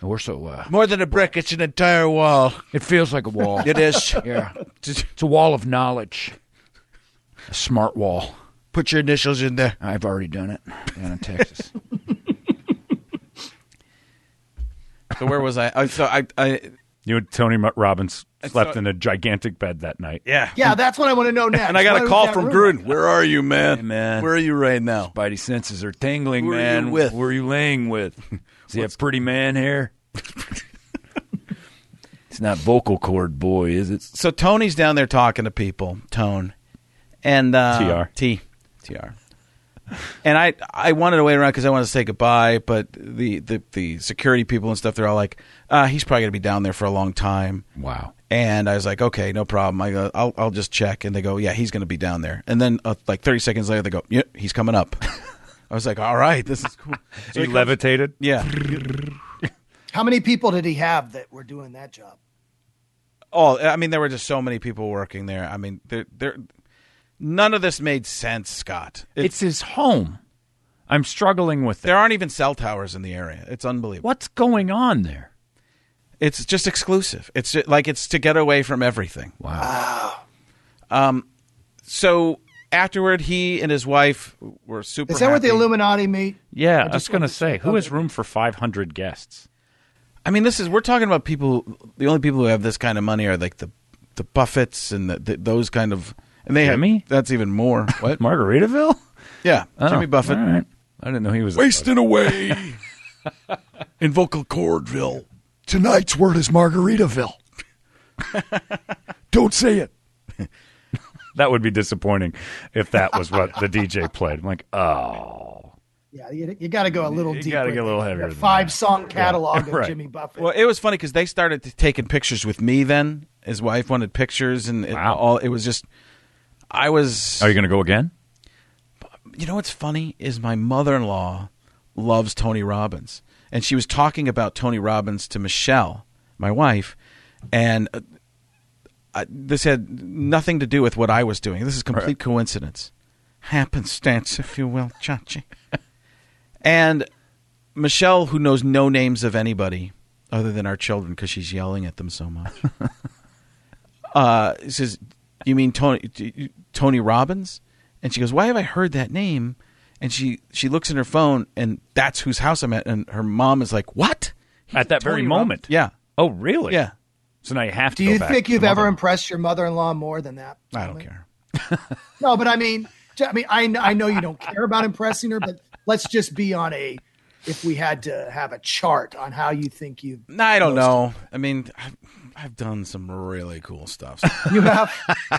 Speaker 11: And we're so uh,
Speaker 10: More than a brick, it's an entire wall.
Speaker 11: it feels like a wall.
Speaker 10: It is.
Speaker 11: yeah, it's a wall of knowledge, a smart wall.
Speaker 10: Put your initials in there.
Speaker 11: I've already done it down in Texas.
Speaker 2: So where was I? I so I, I
Speaker 1: You and Tony Mu- Robbins slept
Speaker 2: so-
Speaker 1: in a gigantic bed that night.
Speaker 2: yeah.
Speaker 3: Yeah, that's what I want to know next.
Speaker 2: And I got a
Speaker 3: Why
Speaker 2: call
Speaker 3: was that
Speaker 2: from
Speaker 3: rumor?
Speaker 2: Gruden. Where are you, man?
Speaker 1: Hey, man.
Speaker 2: Where are you right now?
Speaker 1: Spidey senses are tingling,
Speaker 2: Who are you
Speaker 1: man.
Speaker 2: with?
Speaker 1: Who are you laying with? Does he have pretty man hair? it's not vocal cord boy, is it?
Speaker 2: So Tony's down there talking to people. Tone and uh,
Speaker 1: TR.
Speaker 2: T T-R. And I I wanted to wait around because I wanted to say goodbye, but the, the the security people and stuff they're all like, uh, he's probably gonna be down there for a long time.
Speaker 11: Wow.
Speaker 2: And I was like, okay, no problem. I go, I'll, I'll just check. And they go, yeah, he's going to be down there. And then uh, like 30 seconds later, they go, yeah, he's coming up. I was like, all right, this is cool.
Speaker 1: he, levitated.
Speaker 2: Yeah.
Speaker 3: How many people did he have that were doing that job?
Speaker 2: Oh, I mean, there were just so many people working there. I mean, there, there, none of this made sense, Scott. It-
Speaker 1: It's his home. I'm struggling with that.
Speaker 2: there aren't even cell towers in the area. It's unbelievable.
Speaker 1: What's going on there?
Speaker 2: It's just exclusive. It's ju- like it's to get away from everything. Um,
Speaker 1: Wow.
Speaker 2: So afterward, he and his wife were super.
Speaker 3: Is that where the
Speaker 2: happy.
Speaker 3: Illuminati meet?
Speaker 1: Yeah, I was going to say, who has room for 500 guests?
Speaker 2: I mean, this is we're talking about people. The only people who have this kind of money are like the the Buffets and the, the, those kind of. And they
Speaker 1: Jimmy?
Speaker 2: have that's even more. What?
Speaker 1: Margaritaville?
Speaker 2: yeah,
Speaker 1: Oh,
Speaker 2: Jimmy Buffett.
Speaker 1: all right. I didn't know he was
Speaker 4: Wasting away in vocal cordville.
Speaker 11: Tonight's word is Margaritaville. Don't say it.
Speaker 1: That would be disappointing if that was what the DJ played. I'm like, oh.
Speaker 3: Yeah, you, you got to go a little
Speaker 1: You
Speaker 3: deeper.
Speaker 1: gotta get a little
Speaker 3: than
Speaker 1: heavier
Speaker 3: The
Speaker 1: than
Speaker 3: five
Speaker 1: that.
Speaker 3: song catalog of
Speaker 1: right.
Speaker 3: Jimmy Buffett.
Speaker 2: Well, it was funny because they started t- taking pictures with me. Then his wife wanted pictures, and it,
Speaker 1: Wow.
Speaker 2: all it was just. I was.
Speaker 1: Are you going to go again?
Speaker 2: you know what's funny is my mother-in-law loves Tony Robbins, and she was talking about Tony Robbins to Michelle, my wife, and uh, I, this had nothing to do with what I was doing. This is complete coincidence, happenstance, if you will, Chachi. and Michelle, who knows no names of anybody other than our children because she's yelling at them so much, uh, says, "You mean Tony Tony Robbins?" And she goes, "Why have I heard that name?" And she she looks in her phone, and that's whose house I'm at. And her mom is like, "What?"
Speaker 1: At that very
Speaker 2: Tony Rob-
Speaker 1: moment.
Speaker 2: Yeah,
Speaker 1: Oh, really?
Speaker 2: yeah.
Speaker 1: So now you have to
Speaker 3: Do
Speaker 1: go
Speaker 3: you
Speaker 1: back
Speaker 3: think
Speaker 1: to
Speaker 3: you've
Speaker 1: the
Speaker 3: ever
Speaker 1: mother.
Speaker 3: impressed your mother-in-law more than that?
Speaker 2: I don't
Speaker 3: moment?
Speaker 2: care.
Speaker 3: No, but I mean, j- I mean, I kn- I know you don't care about impressing her, but let's just be on a. If we had to have a chart on how you think you
Speaker 2: No, I don't know. I mean, I've, I've done some really cool stuff.
Speaker 3: you have,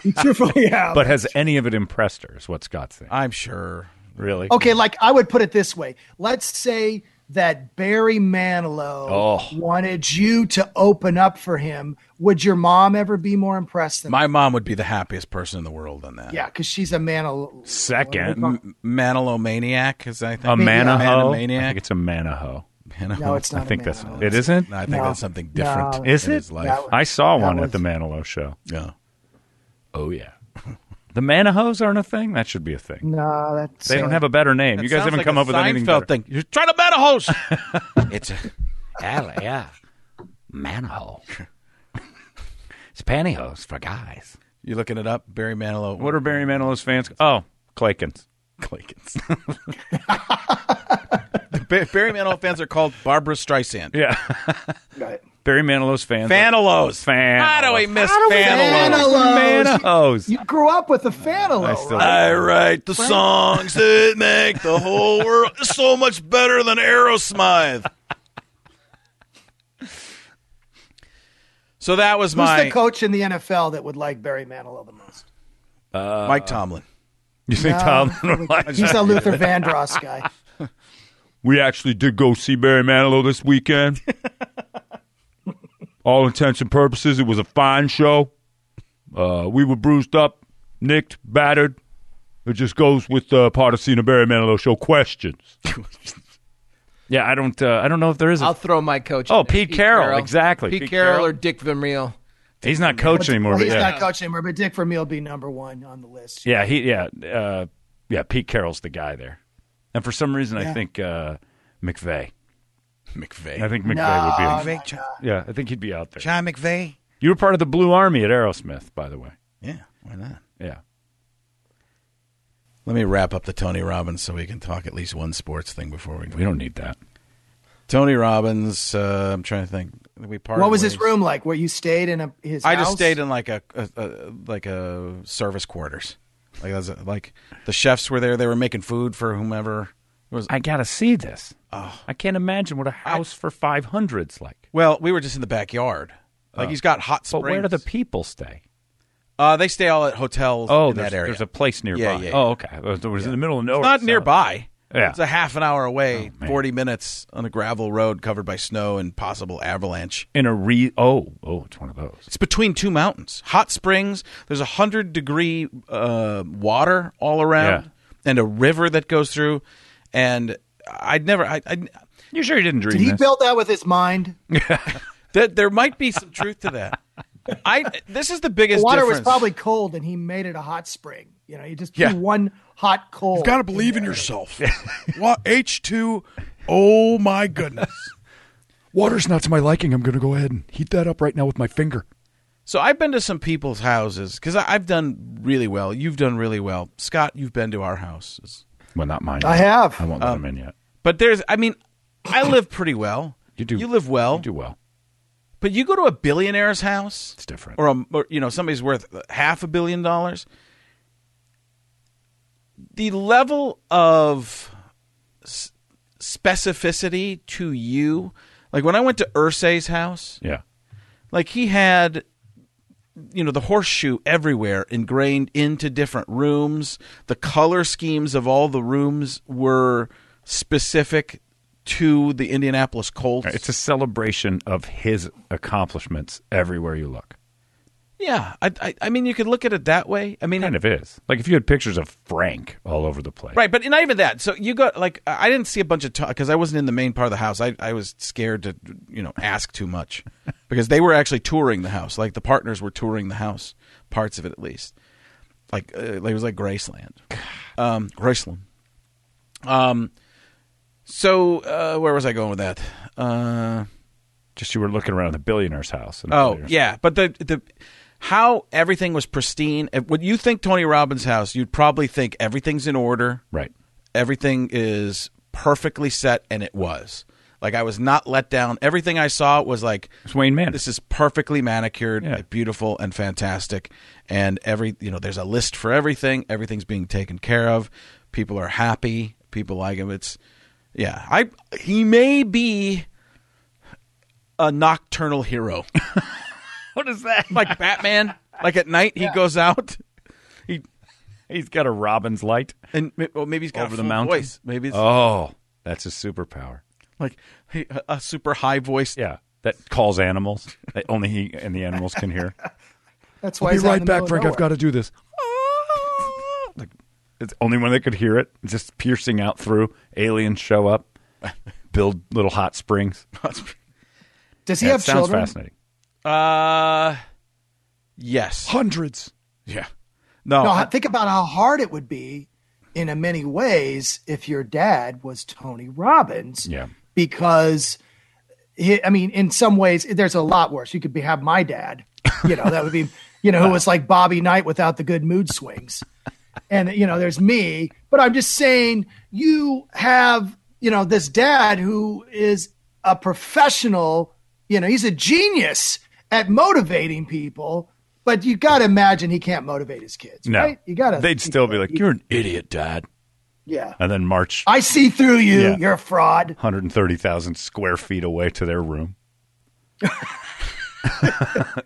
Speaker 3: you truthfully have.
Speaker 1: But has any of it impressed her, is what Scott's saying.
Speaker 2: I'm sure.
Speaker 1: Really?
Speaker 3: okay, like I would put it this way: Let's say that Barry Manilow
Speaker 1: Oh.
Speaker 3: wanted you to open up for him. Would your mom ever be more impressed than?
Speaker 2: My mom would be the happiest person in the world on that.
Speaker 3: yeah, because she's a Manilow.
Speaker 1: Second,
Speaker 2: M- Manilomaniac, is I think
Speaker 1: a manaho. I
Speaker 2: Maniac.
Speaker 1: think it's a manaho.
Speaker 3: Um, No, it's not.
Speaker 1: I think that's
Speaker 3: Manilow.
Speaker 1: it. Isn't?
Speaker 2: No, I think
Speaker 3: No.
Speaker 2: that's something different.
Speaker 3: No.
Speaker 1: Is
Speaker 2: in
Speaker 1: it?
Speaker 2: his life.
Speaker 3: That was-
Speaker 1: I saw
Speaker 3: that
Speaker 1: one
Speaker 3: was-
Speaker 1: at the Manilow show.
Speaker 2: yeah.
Speaker 1: Oh yeah. the manahos aren't a thing. That should be a thing.
Speaker 3: No, that's
Speaker 1: They don't have a better name. you guys
Speaker 2: Sounds
Speaker 1: haven't
Speaker 2: like
Speaker 1: come
Speaker 2: a
Speaker 1: up with anything
Speaker 2: Seinfeld
Speaker 1: better.
Speaker 2: thing. You're trying to man a host.
Speaker 11: It's a yeah, yeah. manhole. It's pantyhose for guys.
Speaker 2: you looking it up? Barry Manilow.
Speaker 1: What are Barry Manilow's fans? Oh, Claykins.
Speaker 2: Claykins. the Ba- Barry Manilow fans are called Barbara Streisand.
Speaker 1: Yeah. Barry Manilow's fans.
Speaker 2: Fanilows.
Speaker 1: Fan.
Speaker 2: How do we miss
Speaker 3: How do we-
Speaker 2: Fanilows?
Speaker 3: Fanilows.
Speaker 1: Fanilows.
Speaker 3: You grew up with a Fanilo.
Speaker 1: I still-
Speaker 3: right?
Speaker 1: I
Speaker 2: write the
Speaker 3: Well-
Speaker 2: songs that make the whole world so much better than Aerosmith. So that was
Speaker 3: Who's
Speaker 2: my
Speaker 3: the coach in the NFL that would like Barry Manilow the most?
Speaker 1: Uh,
Speaker 2: Mike Tomlin.
Speaker 1: You think
Speaker 3: No,
Speaker 1: Tomlin would like
Speaker 3: He's a Luther Vandross guy.
Speaker 1: We actually did go see Barry Manilow this weekend. All intents and purposes, it was a fine show. Uh, we were bruised up, nicked, battered. It just goes with uh, part of seeing a Barry Manilow show. Questions? yeah, I don't. Uh, I don't know if there is.
Speaker 12: I'll
Speaker 1: A,
Speaker 12: throw my coach.
Speaker 1: Oh,
Speaker 12: in there.
Speaker 1: Pete Carroll, exactly.
Speaker 12: Pete,
Speaker 1: Pete
Speaker 12: Carroll,
Speaker 1: Carroll.
Speaker 12: or Dick Vermeil.
Speaker 1: he's not coach anymore.
Speaker 3: Well,
Speaker 1: but
Speaker 3: he's
Speaker 1: yeah.
Speaker 3: not coach anymore, but Dick Vermeil would be number one on the list.
Speaker 1: Yeah, he yeah uh, yeah. Pete Carroll's the guy there, and for some reason I
Speaker 3: Yeah.
Speaker 1: think uh, McVeigh.
Speaker 2: McVeigh.
Speaker 1: I think McVeigh would be.
Speaker 2: No, McVeigh,
Speaker 1: yeah, I think he'd be out there.
Speaker 2: John McVeigh.
Speaker 1: You were part of the Blue Army at Aerosmith, by the way.
Speaker 2: Yeah, why not?
Speaker 1: Yeah.
Speaker 2: Let me wrap up the Tony Robbins so we can talk at least one sports thing before we.
Speaker 1: We don't need that.
Speaker 2: Tony Robbins. Uh, I'm trying to think. We parted
Speaker 3: what was
Speaker 2: ways.
Speaker 3: his room like? Where you stayed in a his?
Speaker 2: I just
Speaker 3: house?
Speaker 2: stayed in like a, a, a like a service quarters. Like that's like the chefs were there. They were making food for whomever. It was
Speaker 1: I gotta see this. Oh. I can't imagine what a house for five hundreds like.
Speaker 2: Well, we were just in the backyard.
Speaker 1: Oh.
Speaker 2: Like he's got hot
Speaker 1: But
Speaker 2: springs.
Speaker 1: where do the people stay?
Speaker 2: Uh, they stay all at hotels.
Speaker 1: Oh,
Speaker 2: in
Speaker 1: there's,
Speaker 2: that area.
Speaker 1: there's a place nearby.
Speaker 2: Yeah, yeah,
Speaker 1: Oh, okay. It was, it was in the middle of nowhere.
Speaker 2: It's not
Speaker 1: so-
Speaker 2: nearby.
Speaker 1: Yeah. Oh,
Speaker 2: It's a half an hour away, 40 minutes on a gravel road covered by snow and possible avalanche.
Speaker 1: In a re oh oh, it's one of those.
Speaker 2: It's between two mountains, hot springs. There's a hundred degree uh, water all around, and a river that goes through. And I'd never. I, I
Speaker 1: you sure you didn't dream
Speaker 3: Did he build that with his mind?
Speaker 2: that there might be some truth to that. I this is the biggest
Speaker 3: the water was
Speaker 2: difference.
Speaker 3: probably cold, and he made it a hot spring. You know, you just
Speaker 2: Yeah.
Speaker 3: do one hot cold.
Speaker 4: You've got to believe in yourself. what H2? Oh my goodness.
Speaker 11: Water's not to my liking. I'm going to go ahead and heat that up right now with my finger.
Speaker 2: So I've been to some people's houses because I've done really well. You've done really well, Scott. You've been to our houses.
Speaker 1: Well, not mine.
Speaker 3: I have.
Speaker 1: I won't let him in yet.
Speaker 2: But there's, I mean, I live pretty well.
Speaker 1: You do.
Speaker 2: You live well. You
Speaker 1: do well.
Speaker 2: But you go to a billionaire's house. It's
Speaker 1: different.
Speaker 2: Or, a, or you know, somebody's worth half a billion dollars. The level of s- specificity to you, like when I went to Ursay's house,
Speaker 1: Yeah.
Speaker 2: like he had you know the horseshoe everywhere ingrained into different rooms the color schemes of all the rooms were specific to the indianapolis colts
Speaker 1: It's a celebration of his accomplishments everywhere you look.
Speaker 2: yeah I, I i mean you could look at it that way i mean
Speaker 1: Kind of is. Like if you had pictures of Frank all over the place.
Speaker 2: Right, but not even that. So you got like I I didn't see a bunch of because I wasn't in the main part of the house. I I was scared to you know ask too much because they were actually touring the house. Like the partners were touring the house, parts of it at least. Like uh, it was like Graceland, um, Graceland. Um, so uh, where was I going with that? Uh,
Speaker 1: Just you were looking around the billionaire's house. And
Speaker 2: Oh yeah, but the the how everything was pristine. If- When you think Tony Robbins' house, you'd probably think everything's in order.
Speaker 1: Right.
Speaker 2: Everything is perfectly set, and it was. Like I was not let down. Everything I saw was like
Speaker 1: it's Wayne Man.
Speaker 2: This is perfectly manicured,
Speaker 1: Yeah.
Speaker 2: beautiful, and fantastic. And every you know, there's a list for everything. Everything's being taken care of. People are happy. People like him. It's yeah. I he may be a nocturnal hero.
Speaker 1: What is that?
Speaker 2: Like Batman. Like at night, he goes out. He
Speaker 1: he's got a Robin's light,
Speaker 2: and ma- well, maybe he's got
Speaker 1: over
Speaker 2: a
Speaker 1: the
Speaker 2: full
Speaker 1: mountain.
Speaker 2: voice. Maybe it's
Speaker 1: oh, that's a superpower.
Speaker 2: like he- a- a super high voice.
Speaker 1: Yeah, that calls animals that only he and the animals can hear.
Speaker 3: That's why
Speaker 11: I'll be
Speaker 3: he's out in
Speaker 11: right
Speaker 3: the
Speaker 11: back,
Speaker 3: middle of
Speaker 11: Frank. I've
Speaker 3: nowhere.
Speaker 11: got to do this.
Speaker 1: Ah! It's only when they could hear it, just piercing out through. Aliens show up, build little hot springs.
Speaker 3: Does he
Speaker 1: Yeah, it
Speaker 3: have
Speaker 1: sounds
Speaker 3: children?
Speaker 1: fascinating.
Speaker 2: Uh, yes,
Speaker 11: hundreds.
Speaker 2: Yeah, no,
Speaker 3: no,
Speaker 2: I-
Speaker 3: think about how hard it would be in a many ways if your dad was Tony Robbins.
Speaker 1: Yeah.
Speaker 3: Because he, I mean, in some ways, there's a lot worse. You could be, have my dad, you know, that would be, you know, who was like Bobby Knight without the good mood swings. and you know there's me but i'm just saying you have you know this dad who is a professional you know he's a genius at motivating people but you got to imagine he can't motivate his kids
Speaker 1: No,
Speaker 3: right you got to
Speaker 1: They'd still be like, "You're an idiot, Dad,"
Speaker 3: yeah
Speaker 1: and then march
Speaker 3: i see through you
Speaker 1: Yeah.
Speaker 3: you're a fraud
Speaker 1: 130,000 square feet away to their room.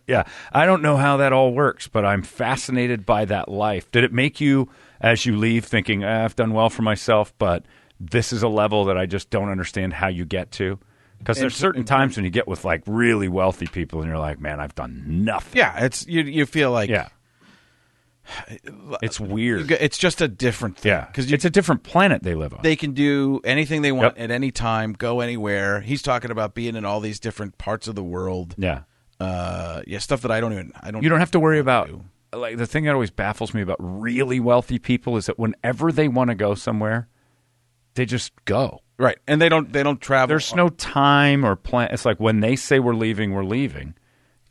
Speaker 1: yeah, I don't know how that all works, but I'm fascinated by that life. Did it make you, as you leave, thinking, "Ah, I've done well for myself, but this is a level that I just don't understand how you get to? Because there's
Speaker 2: And-
Speaker 1: certain times when you get with like really wealthy people and you're like, man, I've done nothing.
Speaker 2: Yeah, it's you. You feel like
Speaker 1: yeah, it's weird.
Speaker 2: It's just a different thing.
Speaker 1: Yeah, because it's a different planet they live on.
Speaker 2: They can do anything they want at any time, go anywhere. He's talking about being in all these different parts of the world.
Speaker 1: Yeah.
Speaker 2: Uh, yeah, stuff that I don't even. I don't.
Speaker 1: you don't have to worry about like the thing that always baffles me about really wealthy people is that whenever they want to go somewhere they just go
Speaker 2: right and they don't they don't travel
Speaker 1: there's no time or plan it's like when they say we're leaving we're leaving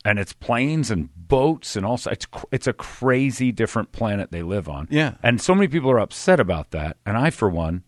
Speaker 1: and it's planes and boats and all s- it's cr- it's a crazy different planet they live on
Speaker 2: Yeah.
Speaker 1: and so many people are upset about that and i for one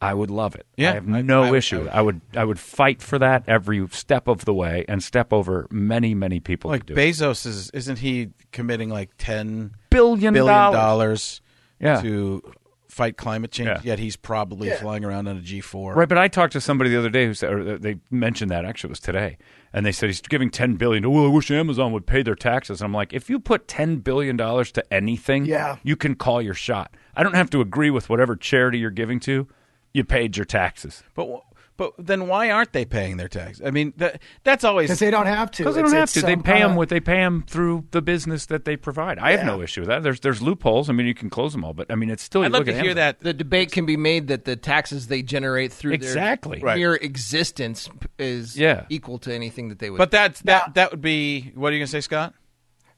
Speaker 1: i would love it
Speaker 2: Yeah,
Speaker 1: i have no issue I, would i would fight for that every step of the way and step over many many people
Speaker 2: like
Speaker 1: to do it.
Speaker 2: Bezos is isn't he committing like ten
Speaker 1: Billion dollars.
Speaker 2: dollars
Speaker 1: Yeah.
Speaker 2: to fight climate change?
Speaker 1: Yeah.
Speaker 2: Yet he's probably flying around on a G four.
Speaker 1: Right, but I talked to somebody the other day who said or uh, they mentioned that actually it was today, and they said he's giving ten billion. Oh, well, I wish Amazon would pay their taxes. And I'm like, if you put ten billion dollars to anything, yeah. you can call your shot. I don't have to agree with whatever charity you're giving to. You paid your taxes.
Speaker 2: But wh- but then why aren't they paying their tax? I mean, that, that's always
Speaker 3: 'Cause they don't have to.
Speaker 1: Because they don't have to. They pay them with they pay them through the business that they provide. I have no issue with that. There's there's loopholes. I mean, you can close them all, but I mean, it's still. you look at Amazon.
Speaker 12: The debate can be made that the taxes they generate through
Speaker 1: Exactly.
Speaker 12: their
Speaker 1: Right.
Speaker 12: mere existence p- is
Speaker 2: Yeah.
Speaker 12: equal to anything that they would.
Speaker 2: But that's that that would be what are you going to say, Scott?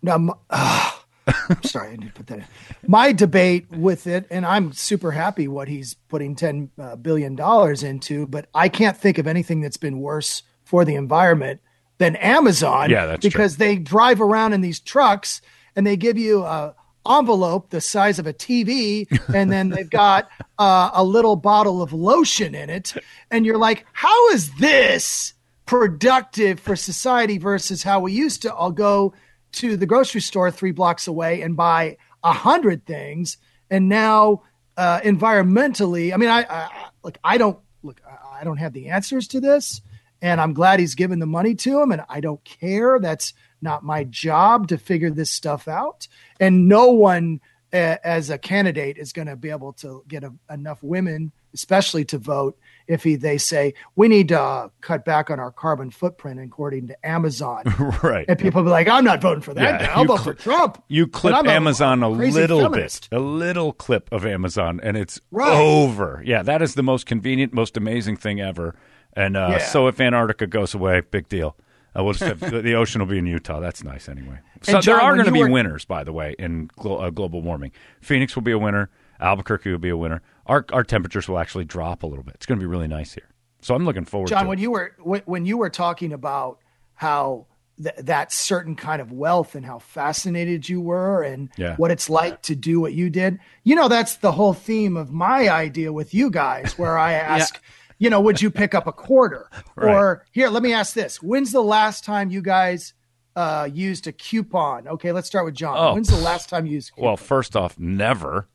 Speaker 3: No, m- ah, I'm sorry, I need to put that in. My debate with it, and I'm super happy what he's putting ten uh, billion dollars into, but I can't think of anything that's been worse for the environment than Amazon.
Speaker 1: Yeah, that's true.
Speaker 3: because they drive around in these trucks and they give you a envelope the size of a TV, and then they've got uh, a little bottle of lotion in it, and you're like, how is this productive for society versus how we used to all go to the grocery store three blocks away and buy a hundred things, and now uh, environmentally, I mean, I, I I- look, I don't look, I I don't have the answers to this and I'm glad he's given the money to him and I don't care. That's not my job to figure this stuff out. And no one uh, as a candidate is going to be able to get a, enough women especially to vote if he, they say we need to uh, cut back on our carbon footprint according to Amazon.
Speaker 1: right.
Speaker 3: And people be like, I'm not voting for that.
Speaker 1: Yeah,
Speaker 3: guy. I'll
Speaker 1: you
Speaker 3: vote
Speaker 1: cl-
Speaker 3: for Trump.
Speaker 1: You clip
Speaker 3: But I'm a
Speaker 1: Amazon a
Speaker 3: crazy
Speaker 1: little
Speaker 3: feminist.
Speaker 1: bit, a little clip of Amazon, and it's
Speaker 3: Right.
Speaker 1: over. Yeah, that is the most convenient, most amazing thing ever. And uh,
Speaker 3: Yeah.
Speaker 1: so, if Antarctica goes away, big deal. Uh, we'll just have, the the ocean will be in Utah. That's nice, anyway. So
Speaker 3: And John,
Speaker 1: there are
Speaker 3: when
Speaker 1: going to
Speaker 3: you
Speaker 1: be
Speaker 3: were-
Speaker 1: winners, by the way, in glo- uh, global warming. Phoenix will be a winner. Albuquerque will be a winner. Our our temperatures will actually drop a little bit. It's going to be really nice here. So I'm looking forward.
Speaker 3: John,
Speaker 1: to
Speaker 3: when
Speaker 1: it.
Speaker 3: you were when, when you were talking about how th- that certain kind of wealth and how fascinated you were and
Speaker 1: Yeah.
Speaker 3: what it's like to do what you did, you know, that's the whole theme of my idea with you guys, where I ask, you know, would you pick up a quarter?
Speaker 13: Right.
Speaker 3: Or here, let me ask this: When's the last time you guys uh, used a coupon? Okay, let's start with John.
Speaker 1: Oh,
Speaker 3: When's the last time you used?
Speaker 1: well, first off, never.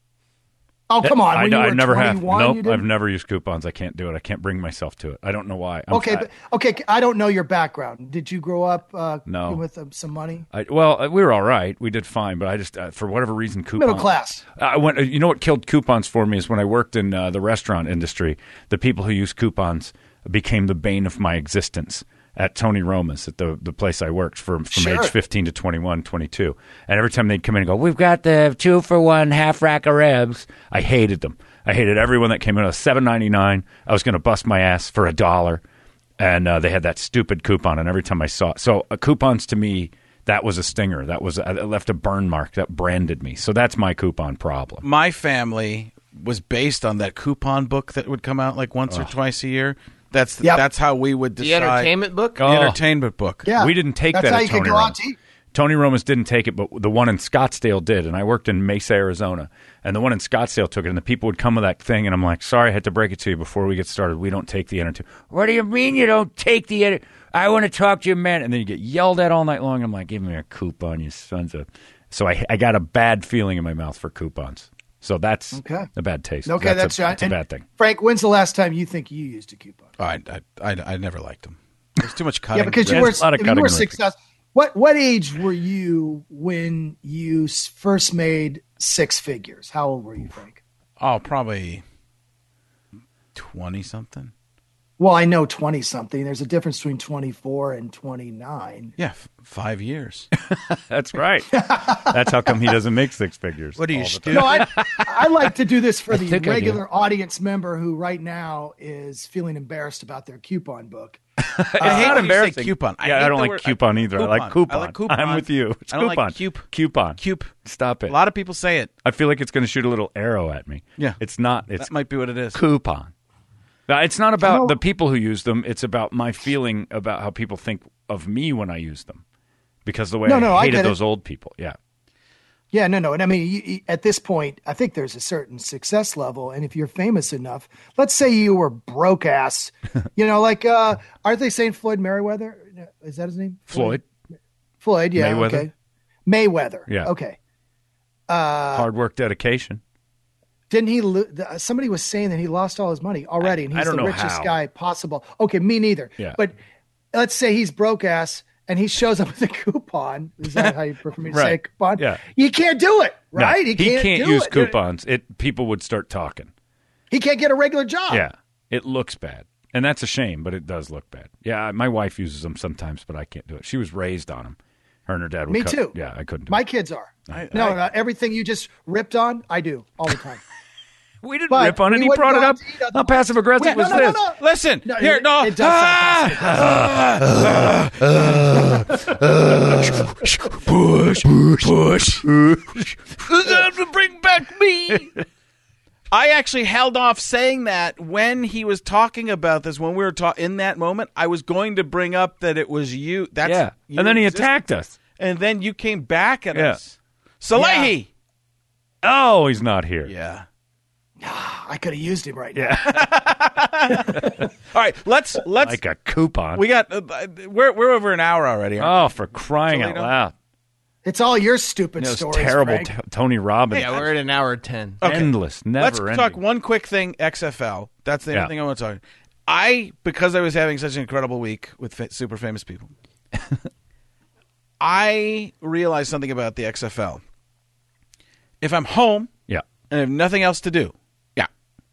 Speaker 3: Oh, come on!
Speaker 1: I,
Speaker 3: When you
Speaker 1: I
Speaker 3: were
Speaker 1: never have.
Speaker 3: 21, you
Speaker 1: Nope,
Speaker 3: didn't?
Speaker 1: I've never used coupons. I can't do it. I can't bring myself to it. I don't know why. I'm-
Speaker 3: okay,
Speaker 1: I-
Speaker 3: but, okay. I don't know your background. Did you grow up uh,
Speaker 1: No.
Speaker 3: with um, some money?
Speaker 1: I, well, uh, we were all right. We did fine, but I just uh, for whatever reason coupons
Speaker 3: Middle class.
Speaker 1: I went. uh, You know what killed coupons for me is when I worked in uh, the restaurant industry. The people who use coupons became the bane of my existence at Tony Roma's at the the place I worked from from
Speaker 11: Sure.
Speaker 1: age 15 to 21, 22. And every time they'd come in and go, "We've got the 2 for 1 half rack of ribs." I hated them. I hated everyone that came in. It was 7.99. I was going to bust my ass for a dollar. And uh, they had that stupid coupon and every time I saw it. So, uh, coupons to me that was a stinger. That was uh, it left a burn mark that branded me. So that's my coupon problem.
Speaker 2: My family was based on that coupon book that would come out like once or
Speaker 1: Ugh.
Speaker 2: twice a year. That's that's how we would
Speaker 12: The
Speaker 2: decide.
Speaker 12: entertainment book?
Speaker 2: The
Speaker 12: Oh.
Speaker 2: entertainment book.
Speaker 12: Yeah. We didn't take That's that how at you could Tony go out Romo. to eat.
Speaker 1: Tony Romas didn't take it, but the one in Scottsdale did. And I worked in Mesa, Arizona, and the one in Scottsdale took it. And the people would come with that thing, and I'm like, sorry, I had to break it to you before we get started. We don't take the energy. What do you mean you don't take the edit? I want to talk to you, man. And then you get yelled at all night long. I'm like, give me a coupon, you sons of. So I, I got a bad feeling in my mouth for coupons. So that's
Speaker 3: Okay.
Speaker 1: a bad taste.
Speaker 3: Okay,
Speaker 1: that's,
Speaker 3: that's,
Speaker 1: a,
Speaker 3: right.
Speaker 1: that's a
Speaker 3: And
Speaker 1: bad thing.
Speaker 3: Frank, when's the last time you think you used a coupon?
Speaker 2: Oh, I, I, I, I never liked them. There's too much cutting.
Speaker 3: yeah, because you
Speaker 2: There's
Speaker 3: were,
Speaker 2: a lot of
Speaker 3: if you
Speaker 2: cutting
Speaker 3: were
Speaker 2: room.
Speaker 3: successful. What what age were you when you s- first made six figures? How old were you, Frank?
Speaker 2: Oh, probably twenty something.
Speaker 3: Well, I know twenty something. There's a difference between twenty four and twenty nine.
Speaker 2: Yeah, f- five years.
Speaker 1: That's right. that's how come he doesn't make six figures.
Speaker 2: What are you,
Speaker 1: all the
Speaker 2: stupid?
Speaker 1: time.
Speaker 3: No, I, I like to do this for
Speaker 1: I
Speaker 3: the
Speaker 1: think I do.
Speaker 3: regular audience member who right now is feeling embarrassed about their coupon book.
Speaker 2: I hate
Speaker 1: not
Speaker 2: when you say
Speaker 1: embarrassing.
Speaker 2: coupon. I
Speaker 1: Yeah, I
Speaker 2: hate
Speaker 1: don't
Speaker 2: the
Speaker 1: like
Speaker 2: word-
Speaker 1: coupon either. I like
Speaker 2: I like
Speaker 1: coupon. I'm
Speaker 2: coupon.
Speaker 1: with you. It's
Speaker 2: I don't
Speaker 1: coupon.
Speaker 2: like cupe.
Speaker 1: Coupon.
Speaker 2: Cupe.
Speaker 1: Stop it.
Speaker 2: A lot of people say it.
Speaker 1: I feel like it's going to shoot a little arrow at me.
Speaker 2: Yeah.
Speaker 1: It's not. It's
Speaker 2: That might be what it is.
Speaker 1: coupon. Now, It's not
Speaker 2: I
Speaker 1: about
Speaker 2: don't-
Speaker 1: the people who use them. It's about my feeling about how people think of me when I use them, because the way
Speaker 3: No,
Speaker 1: I
Speaker 3: no, I
Speaker 1: hated
Speaker 3: get it.
Speaker 1: those old people. Yeah.
Speaker 3: Yeah, no, no. And I mean, you, you- at this point, I think there's a certain success level. And if you're famous enough, let's say you were broke ass, you know, like, uh, aren't they saying Floyd Merriweather? Is that his name?
Speaker 1: Floyd.
Speaker 3: Floyd, yeah.
Speaker 1: Mayweather.
Speaker 3: Okay. Mayweather.
Speaker 1: Yeah.
Speaker 3: Okay. Uh,
Speaker 1: Hard work, dedication.
Speaker 3: didn't he? Lo- the- somebody was saying that he lost all his money already, and
Speaker 1: I
Speaker 3: he's
Speaker 1: don't
Speaker 3: the
Speaker 1: know
Speaker 3: richest
Speaker 1: how.
Speaker 3: guy possible. Okay, me neither.
Speaker 1: Yeah.
Speaker 3: But let's say he's broke ass, and he shows up with a coupon. Is that how you prefer me to say
Speaker 1: Right.
Speaker 3: coupon?
Speaker 1: Yeah.
Speaker 3: You can't do it,
Speaker 1: No,
Speaker 3: right?
Speaker 1: he can't,
Speaker 3: do
Speaker 1: use
Speaker 3: it.
Speaker 1: coupons. It people would start talking.
Speaker 3: He can't get a regular job.
Speaker 1: Yeah, it looks bad, and that's a shame, but it does look bad. Yeah, my wife uses them sometimes, but I can't do it. She was raised on them. Her and her dad. Would
Speaker 3: Me
Speaker 1: cut-
Speaker 3: too.
Speaker 1: Yeah, I couldn't. Do
Speaker 3: My kids are.
Speaker 1: I-
Speaker 3: no,
Speaker 1: I-
Speaker 3: no, everything you just ripped on, I do all the time.
Speaker 1: we didn't
Speaker 3: But
Speaker 1: rip on it.
Speaker 3: we
Speaker 1: He
Speaker 3: wouldn't
Speaker 1: brought
Speaker 3: go
Speaker 1: it
Speaker 3: out
Speaker 1: up.
Speaker 3: to eat otherwise.
Speaker 1: How passive aggressive
Speaker 3: Yeah, no,
Speaker 1: was
Speaker 3: no, no,
Speaker 1: this?
Speaker 3: no.
Speaker 2: Listen,
Speaker 3: No,
Speaker 2: here,
Speaker 3: it-
Speaker 2: no.
Speaker 3: it does sound
Speaker 1: Ah!
Speaker 3: passive
Speaker 2: push, push, push.
Speaker 7: to bring back me.
Speaker 2: I actually held off saying that when he was talking about this. When we were ta- in that moment, I was going to bring up that it was you. That's
Speaker 1: yeah, and then he attacked us.
Speaker 2: and then you came back at
Speaker 1: Yeah.
Speaker 2: us. Salehi.
Speaker 1: Oh, he's not here.
Speaker 2: Yeah.
Speaker 3: I could have used him right now.
Speaker 2: All right, let's let's.
Speaker 1: Like a coupon.
Speaker 2: we got uh, uh, we're we're over an hour already. aren't
Speaker 1: oh, for crying out
Speaker 2: Toledo?
Speaker 1: loud!
Speaker 3: It's all your stupid
Speaker 1: Those
Speaker 3: stories.
Speaker 1: terrible
Speaker 3: Frank.
Speaker 1: t- Tony Robbins.
Speaker 12: Yeah, we're at an hour ten.
Speaker 2: Okay.
Speaker 1: Endless, never
Speaker 2: Let's
Speaker 1: ending.
Speaker 2: talk one quick thing. XFL. That's the
Speaker 1: Yeah.
Speaker 2: only thing I want to talk. I because I was having such an incredible week with fa- super famous people. I realized something about the XFL. If I'm home
Speaker 1: Yeah,
Speaker 2: and have nothing else to do, yeah,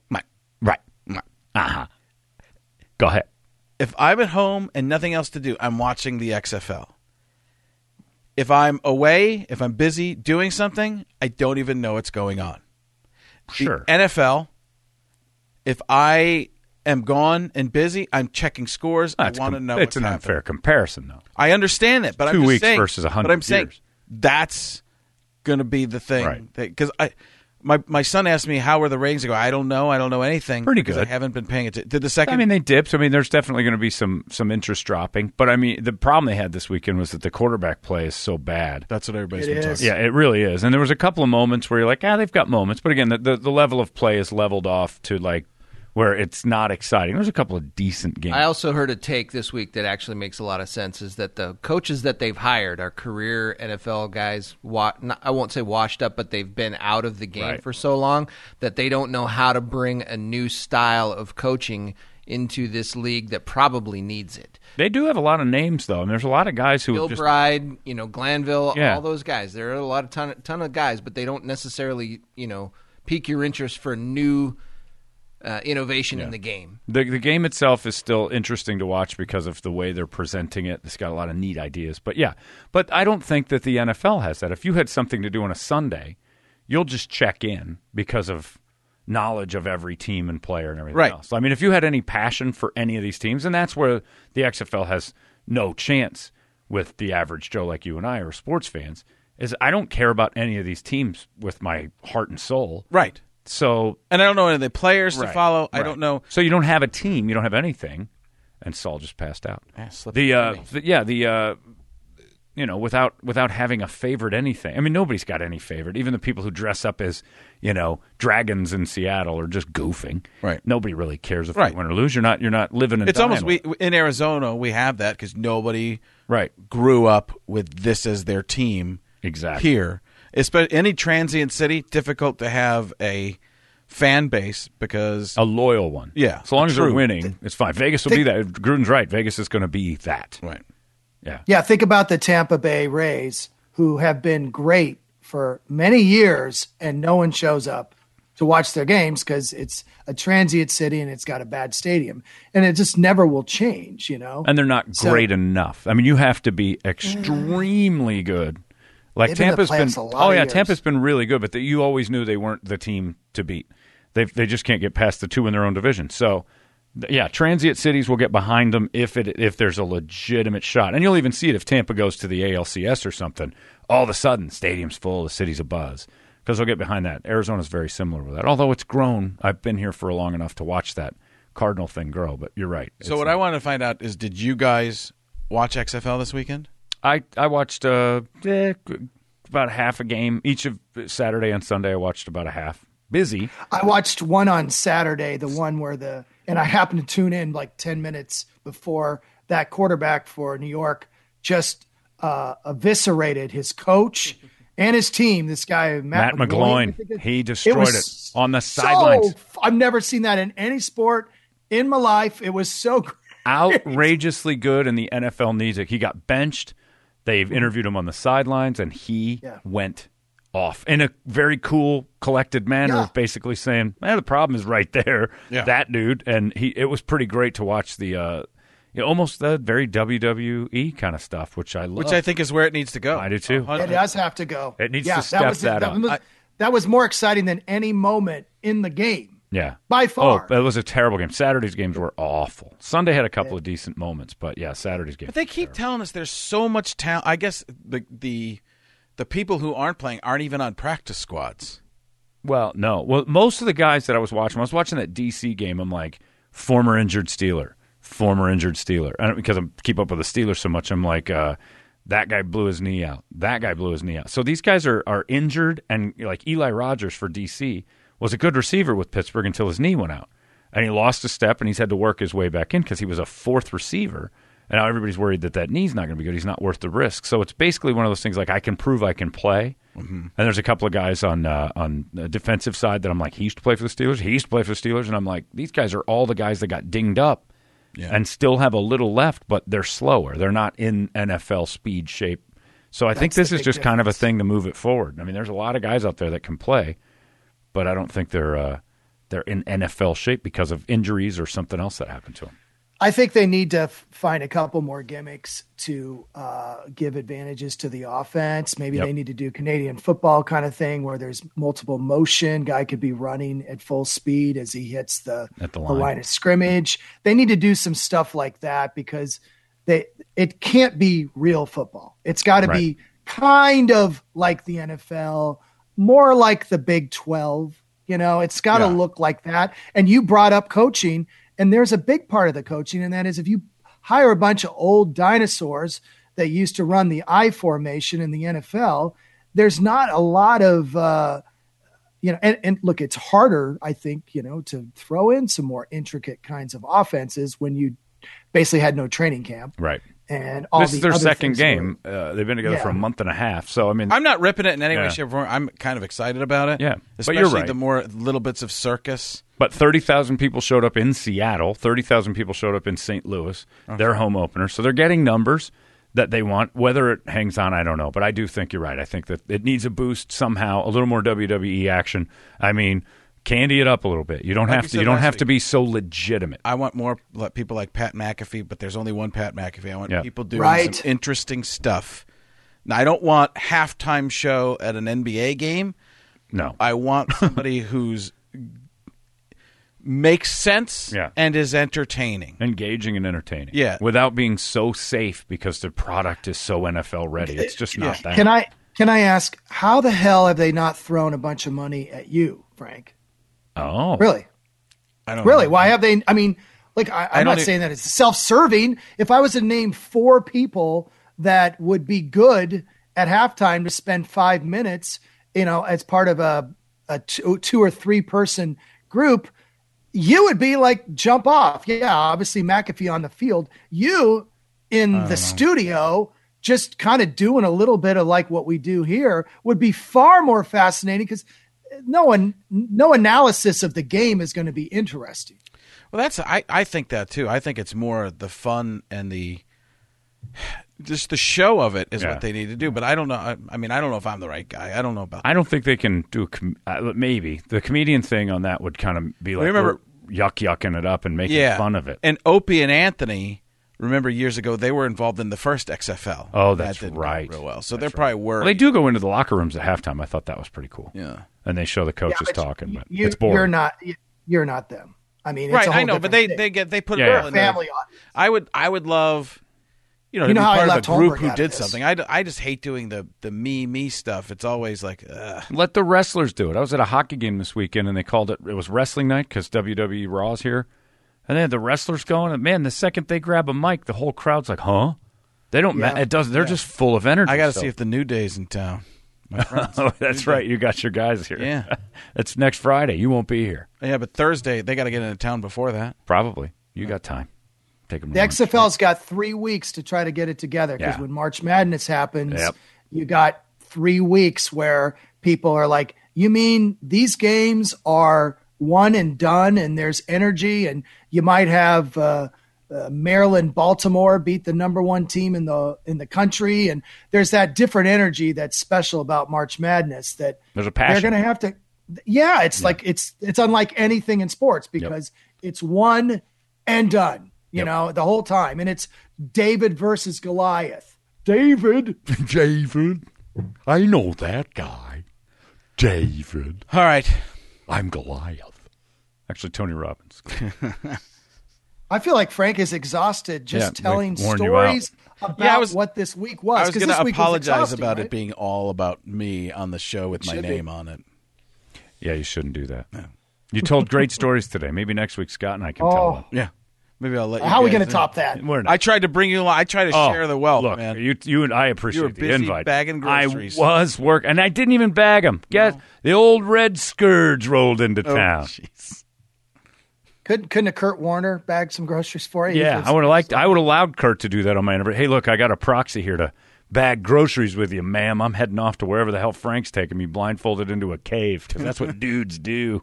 Speaker 2: my,
Speaker 1: right.
Speaker 2: my.
Speaker 1: Uh huh. Go ahead.
Speaker 2: If I'm at home and nothing else to do, I'm watching the XFL. If I'm away, if I'm busy doing something, I don't even know what's going on. The
Speaker 1: Sure.
Speaker 2: NFL, if I am gone and busy, I'm checking scores. I
Speaker 1: That's
Speaker 2: want to
Speaker 1: com-
Speaker 2: know
Speaker 1: It's
Speaker 2: what's
Speaker 1: an
Speaker 2: happening.
Speaker 1: unfair comparison, though.
Speaker 2: I understand that, but
Speaker 1: Two
Speaker 2: I'm just
Speaker 1: weeks
Speaker 2: saying,
Speaker 1: versus 100
Speaker 2: But I'm saying
Speaker 1: years.
Speaker 2: that's going to be the thing
Speaker 1: Right.
Speaker 2: because I. My, my son asked me how were the ratings. I go, I don't know. I don't know anything.
Speaker 1: Pretty
Speaker 2: because
Speaker 1: good.
Speaker 2: I haven't been paying attention. Did the second?
Speaker 1: I mean, they dipped. I mean, there's definitely going to be some some interest dropping. But I mean, the problem they had this weekend was that the quarterback play is so bad.
Speaker 2: that's what everybody's
Speaker 3: It
Speaker 2: been
Speaker 3: is.
Speaker 2: talking.
Speaker 1: Yeah, it really is. And there was a couple of moments where you're like, ah, they've got moments. But again, the, the, the level of play is leveled off to like where it's not exciting. There's a couple of decent games.
Speaker 12: I also heard a take this week that actually makes a lot of sense is that the coaches that they've hired are career NFL guys. Wa- not, I won't say washed up, but they've been out of the game
Speaker 1: Right.
Speaker 12: for so long that they don't know how to bring a new style of coaching into this league that probably needs it.
Speaker 1: they do have a lot of names, though. And there's a lot of guys who
Speaker 12: Bill
Speaker 1: just.
Speaker 12: Bride, you know, Glanville,
Speaker 1: Yeah.
Speaker 12: all those guys. There are a lot of ton, ton of guys, but they don't necessarily, you know, pique your interest for new uh, innovation in the game.
Speaker 1: The, the game itself is still interesting to watch because of the way they're presenting it. It's got a lot of neat ideas. But yeah, but I don't think that the NFL has that. If you had something to do on a Sunday, you'll just check in because of knowledge of every team and player and everything
Speaker 2: Right.
Speaker 1: else. I mean, if you had any passion for any of these teams, and that's where the XFL has no chance with the average Joe like you and I or sports fans, is I don't care about any of these teams with my heart and soul.
Speaker 2: Right.
Speaker 1: So
Speaker 2: And I don't know any of the players to
Speaker 1: Right,
Speaker 2: follow. I
Speaker 1: right.
Speaker 2: don't know.
Speaker 1: So you don't have a team. You don't have anything. And Saul just passed out. The, uh, the yeah the uh, you know, without without having a favorite anything. I mean, nobody's got any favorite. Even the people who dress up as you know dragons in Seattle are just goofing. Right. Nobody really cares if
Speaker 2: Right.
Speaker 1: you win or lose. You're not you're not living. And
Speaker 2: it's almost
Speaker 1: dying
Speaker 2: we in Arizona we have that because nobody
Speaker 1: right
Speaker 2: grew up with this as their team
Speaker 1: Exactly.
Speaker 2: here. Especially any transient city, difficult to have a fan base because
Speaker 1: a loyal one.
Speaker 2: Yeah,
Speaker 1: So long as they're
Speaker 2: true.
Speaker 1: winning, it's fine. Vegas will be that. Gruden's right. Vegas is going to be that.
Speaker 2: Right.
Speaker 1: Yeah.
Speaker 3: Yeah, think about the Tampa Bay Rays, who have been great for many years, and no one shows up to watch their games because it's a transient city and it's got a bad stadium, and it just never will change. You know,
Speaker 1: And they're not
Speaker 3: So- Mm.
Speaker 1: great enough. I mean, you have to be extremely good. Like
Speaker 3: They've been in the
Speaker 1: Tampa's been.
Speaker 3: playoffs a lot
Speaker 1: Oh
Speaker 3: of
Speaker 1: yeah,
Speaker 3: years.
Speaker 1: Tampa's been really good, but they, you always knew they weren't the team to beat. They they just can't get past the two in their own division. So. th- Yeah, transient cities will get behind them if it if there's a legitimate shot, and you'll even see it if Tampa goes to the ALCS or something. All of a sudden, stadium's full, the city's abuzz because they'll get behind that. Arizona's very similar with that, although it's grown. I've been here for long enough to watch that Cardinal thing grow, but you're right.
Speaker 2: So what I want to find out is, did you guys watch XFL this weekend?
Speaker 1: I I watched uh eh, about half a game each of Saturday and Sunday. I watched about a half. Busy.
Speaker 3: I watched one on Saturday, the one where the and I happened to tune in like ten minutes before that quarterback for New York just uh, eviscerated his coach and his team. This guy Matt,
Speaker 1: Matt,
Speaker 3: McGloin.
Speaker 1: McGloin. He destroyed it,
Speaker 3: was
Speaker 1: on the
Speaker 3: so-
Speaker 1: sidelines.
Speaker 3: I've never seen that in any sport in my life. It was so great.
Speaker 1: Outrageously good, and the NFL needs it. He got benched. They've interviewed him on the sidelines, and he went off in a very cool, collected manner, of basically saying, "Man, the problem is right there,
Speaker 11: Yeah.
Speaker 1: that dude." And he, it was pretty great to watch the, uh, you know, almost the very WWE kind of stuff, which I love,
Speaker 2: Which I think is where it needs to go.
Speaker 1: Oh. I do too.
Speaker 3: It does have to go.
Speaker 1: It needs to step
Speaker 3: was,
Speaker 1: that
Speaker 3: that,
Speaker 1: up.
Speaker 3: was,
Speaker 1: I-
Speaker 3: that was more exciting than any moment in the game
Speaker 1: Yeah.
Speaker 3: by far.
Speaker 1: Oh, that was a terrible game. Saturday's games were awful. Sunday had a couple of decent moments, but yeah, Saturday's game.
Speaker 2: But they keep telling us there's so much talent. I guess the the the people who aren't playing aren't even on practice squads.
Speaker 1: Well, no. Well, most of the guys that I was watching, when I was watching that DC game. I'm like, former injured Steeler, former injured Steeler. I don't, because I keep up with the Steelers so much, I'm like, uh, that guy blew his knee out. That guy blew his knee out. So these guys are, are injured, and like Eli Rogers for DC was a good receiver with Pittsburgh until his knee went out. And he lost a step, and he's had to work his way back in because he was a fourth receiver. And now everybody's worried that that knee's not going to be good. He's not worth the risk. So it's basically one of those things like I can prove I can play. And there's a couple of guys on uh, on the defensive side that I'm like, he used to play for the Steelers. He used to play for the Steelers, and I'm like, these guys are all the guys that got dinged up and still have a little left, but they're slower. They're not in NFL speed shape. So I think this
Speaker 11: That's the
Speaker 1: is
Speaker 11: big
Speaker 1: just kind of a thing to move it forward. I mean, there's a lot of guys out there that can play, but I don't think they're uh, they're in NFL shape because of injuries or something else that happened to them.
Speaker 3: I think they need to f- find a couple more gimmicks to uh, give advantages to the offense. Maybe
Speaker 1: Yep.
Speaker 3: they need to do Canadian football kind of thing where there's multiple motion. Guy could be running at full speed as he hits the,
Speaker 1: At the
Speaker 3: the
Speaker 1: line.
Speaker 3: line of scrimmage. They need to do some stuff like that because they it can't be real football. It's got to be kind of like the NFL, more like the Big 12. You know, it's got to look like that. And you brought up coaching, and there's a big part of the coaching, and that is if you hire a bunch of old dinosaurs that used to run the I formation in the NFL, there's not a lot of uh, you know, and, and look, it's harder, I think, you know, to throw in some more intricate kinds of offenses when you basically had no training camp
Speaker 1: Right.
Speaker 3: and all
Speaker 1: this
Speaker 3: the
Speaker 1: is their
Speaker 3: other
Speaker 1: second
Speaker 3: things that
Speaker 1: game. Uh, they've been together
Speaker 3: Yeah.
Speaker 1: for a month and a half. So I mean,
Speaker 2: I'm not ripping it in any
Speaker 1: Yeah.
Speaker 2: way, shape, or form. I'm kind of excited about it.
Speaker 1: Yeah, but
Speaker 2: especially
Speaker 1: you're right.
Speaker 2: the more little bits of circus.
Speaker 1: But 30,000 people showed up in Seattle. 30,000 people showed up in St. Louis, their home opener. So they're getting numbers that they want. Whether it hangs on, I don't know. But I do think you're right. I think that it needs a boost somehow, a little more WWE action. I mean, candy it up a little bit. You don't
Speaker 2: Like
Speaker 1: have
Speaker 2: you
Speaker 1: to.
Speaker 2: said
Speaker 1: You don't
Speaker 2: last
Speaker 1: have to
Speaker 2: week.
Speaker 1: be so legitimate.
Speaker 2: I want more like, people like Pat McAfee, but there's only one Pat McAfee. I want
Speaker 1: Yeah.
Speaker 2: people doing
Speaker 1: Right.
Speaker 2: some interesting stuff. Now, I don't want halftime show at an NBA game.
Speaker 1: No,
Speaker 2: I want somebody who's makes sense
Speaker 1: Yeah.
Speaker 2: and is entertaining.
Speaker 1: Engaging and entertaining.
Speaker 2: Yeah.
Speaker 1: Without being so safe because the product is so NFL ready. It's just not that.
Speaker 3: Can I can I ask how the hell have they not thrown a bunch of money at you, Frank?
Speaker 1: Oh.
Speaker 3: Really?
Speaker 2: I
Speaker 3: Really? Why have they? I mean, like I,
Speaker 2: I
Speaker 3: I'm
Speaker 2: don't
Speaker 3: not
Speaker 2: e-
Speaker 3: saying that it's self-serving. If I was to name four people that would be good at halftime to spend five minutes, you know, as part of a, a two, two or three person group, you would be like, jump off. Yeah, obviously McAfee on the field. You in
Speaker 13: I
Speaker 3: the
Speaker 13: don't know.
Speaker 3: studio, just kind of doing a little bit of like what we do here would be far more fascinating because no one, no analysis of the game is going to be interesting.
Speaker 2: Well, that's I, I think that too. I think it's more the fun and the just the show of it is
Speaker 1: Yeah.
Speaker 2: what they need to do. But I don't know. I, I mean, I don't know if I'm the right guy. I don't know about.
Speaker 1: I don't think they can do a com- uh, maybe the comedian thing on that would kind of be like
Speaker 2: Remember-
Speaker 1: we're yuck yucking it up and making
Speaker 2: yeah,
Speaker 1: fun of it.
Speaker 2: And Opie and Anthony, remember years ago they were involved in the first XFL.
Speaker 1: Oh, that's
Speaker 2: that didn't go
Speaker 1: right.
Speaker 2: Real well. So they're probably
Speaker 1: Well,
Speaker 2: worried.
Speaker 1: they do go into the locker rooms at halftime. I thought that was pretty cool.
Speaker 2: Yeah,
Speaker 1: and they show the coaches
Speaker 3: but
Speaker 1: talking, but
Speaker 3: You,
Speaker 1: it's boring.
Speaker 3: You're not, you're not them. I mean, it's
Speaker 2: right,
Speaker 3: a whole
Speaker 2: I know, but
Speaker 3: different
Speaker 2: they
Speaker 3: thing.
Speaker 2: they get they put
Speaker 1: Yeah,
Speaker 2: it
Speaker 1: yeah.
Speaker 2: all in
Speaker 3: Family
Speaker 2: there. I would I would love you know,
Speaker 3: You
Speaker 2: to
Speaker 3: know
Speaker 2: be
Speaker 3: how I
Speaker 2: part
Speaker 3: left
Speaker 2: of a group
Speaker 3: Holmberg
Speaker 2: who
Speaker 3: out
Speaker 2: did
Speaker 3: of this.
Speaker 2: something. I, d- I just hate doing the the me me stuff. It's always like ugh.
Speaker 1: Let the wrestlers do it. I was at a hockey game this weekend, and they called it. It was wrestling night because WWE E Raw's here, and they had the wrestlers going. And man, the second they grab a mic, the whole crowd's like, "Huh?" They don't.
Speaker 2: Yeah.
Speaker 1: Ma- it doesn't. They're
Speaker 2: Yeah.
Speaker 1: just full of energy.
Speaker 2: I got to
Speaker 1: so-
Speaker 2: see if the new day's in town. My friends.
Speaker 1: oh, that's right. You got your guys here.
Speaker 2: Yeah.
Speaker 1: it's next Friday. You won't be here
Speaker 2: Yeah, but Thursday they got to get into town before that.
Speaker 1: probably. You got time. Take them.
Speaker 3: The XFL's got three weeks to try to get it together because
Speaker 1: Yeah.
Speaker 3: when March Madness happens,
Speaker 1: Yep.
Speaker 3: you got three weeks where people are like, "You mean these games are one and done, and there's energy, and you might have uh, uh, Maryland, Baltimore beat the number one team in the in the country, and there's that different energy that's special about March Madness that
Speaker 1: There's a passion.
Speaker 3: they're going to have to. Yeah, it's like it's it's unlike anything in sports because it's one and done. You
Speaker 1: Yep.
Speaker 3: know, the whole time, and it's David versus Goliath. David,
Speaker 14: David, I know that guy. David.
Speaker 2: All right.
Speaker 14: I'm Goliath.
Speaker 1: Actually, Tony Robbins.
Speaker 3: I feel like Frank is exhausted just
Speaker 1: Yeah, we
Speaker 3: telling
Speaker 1: warned you out.
Speaker 3: stories about
Speaker 2: Yeah, I was-
Speaker 3: what this week
Speaker 2: I
Speaker 3: was.
Speaker 2: was
Speaker 3: 'cause
Speaker 2: going
Speaker 3: this
Speaker 2: to
Speaker 3: week
Speaker 2: apologize
Speaker 3: exhausting,
Speaker 2: about
Speaker 3: right?
Speaker 2: it being all about me on the show with my
Speaker 3: should be.
Speaker 2: name on it.
Speaker 1: Yeah, you shouldn't do that. You told great stories today. Maybe next week Scott and I can tell
Speaker 3: Oh.
Speaker 1: one.
Speaker 2: Yeah. Maybe I'll let you
Speaker 3: How are we
Speaker 2: guys
Speaker 3: going
Speaker 2: in.
Speaker 3: to top that?
Speaker 1: We're not.
Speaker 2: I tried to bring you. along. I tried to
Speaker 1: Oh,
Speaker 2: share the wealth,
Speaker 1: Look,
Speaker 2: man.
Speaker 1: you you and I appreciate
Speaker 2: You were
Speaker 1: the
Speaker 2: busy
Speaker 1: invite.
Speaker 2: bagging groceries.
Speaker 1: I was work, and I didn't even bag them. Get the old red scourge rolled into
Speaker 3: Oh,
Speaker 1: town.
Speaker 3: Couldn't couldn't a Kurt Warner bag some groceries for you?
Speaker 1: Yeah, I would have liked. I would have allowed Kurt to do that on my anniversary. Hey, look, I got a proxy here to bag groceries with you, ma'am. I'm heading off to wherever the hell Frank's taking me, blindfolded into a cave because that's what dudes do.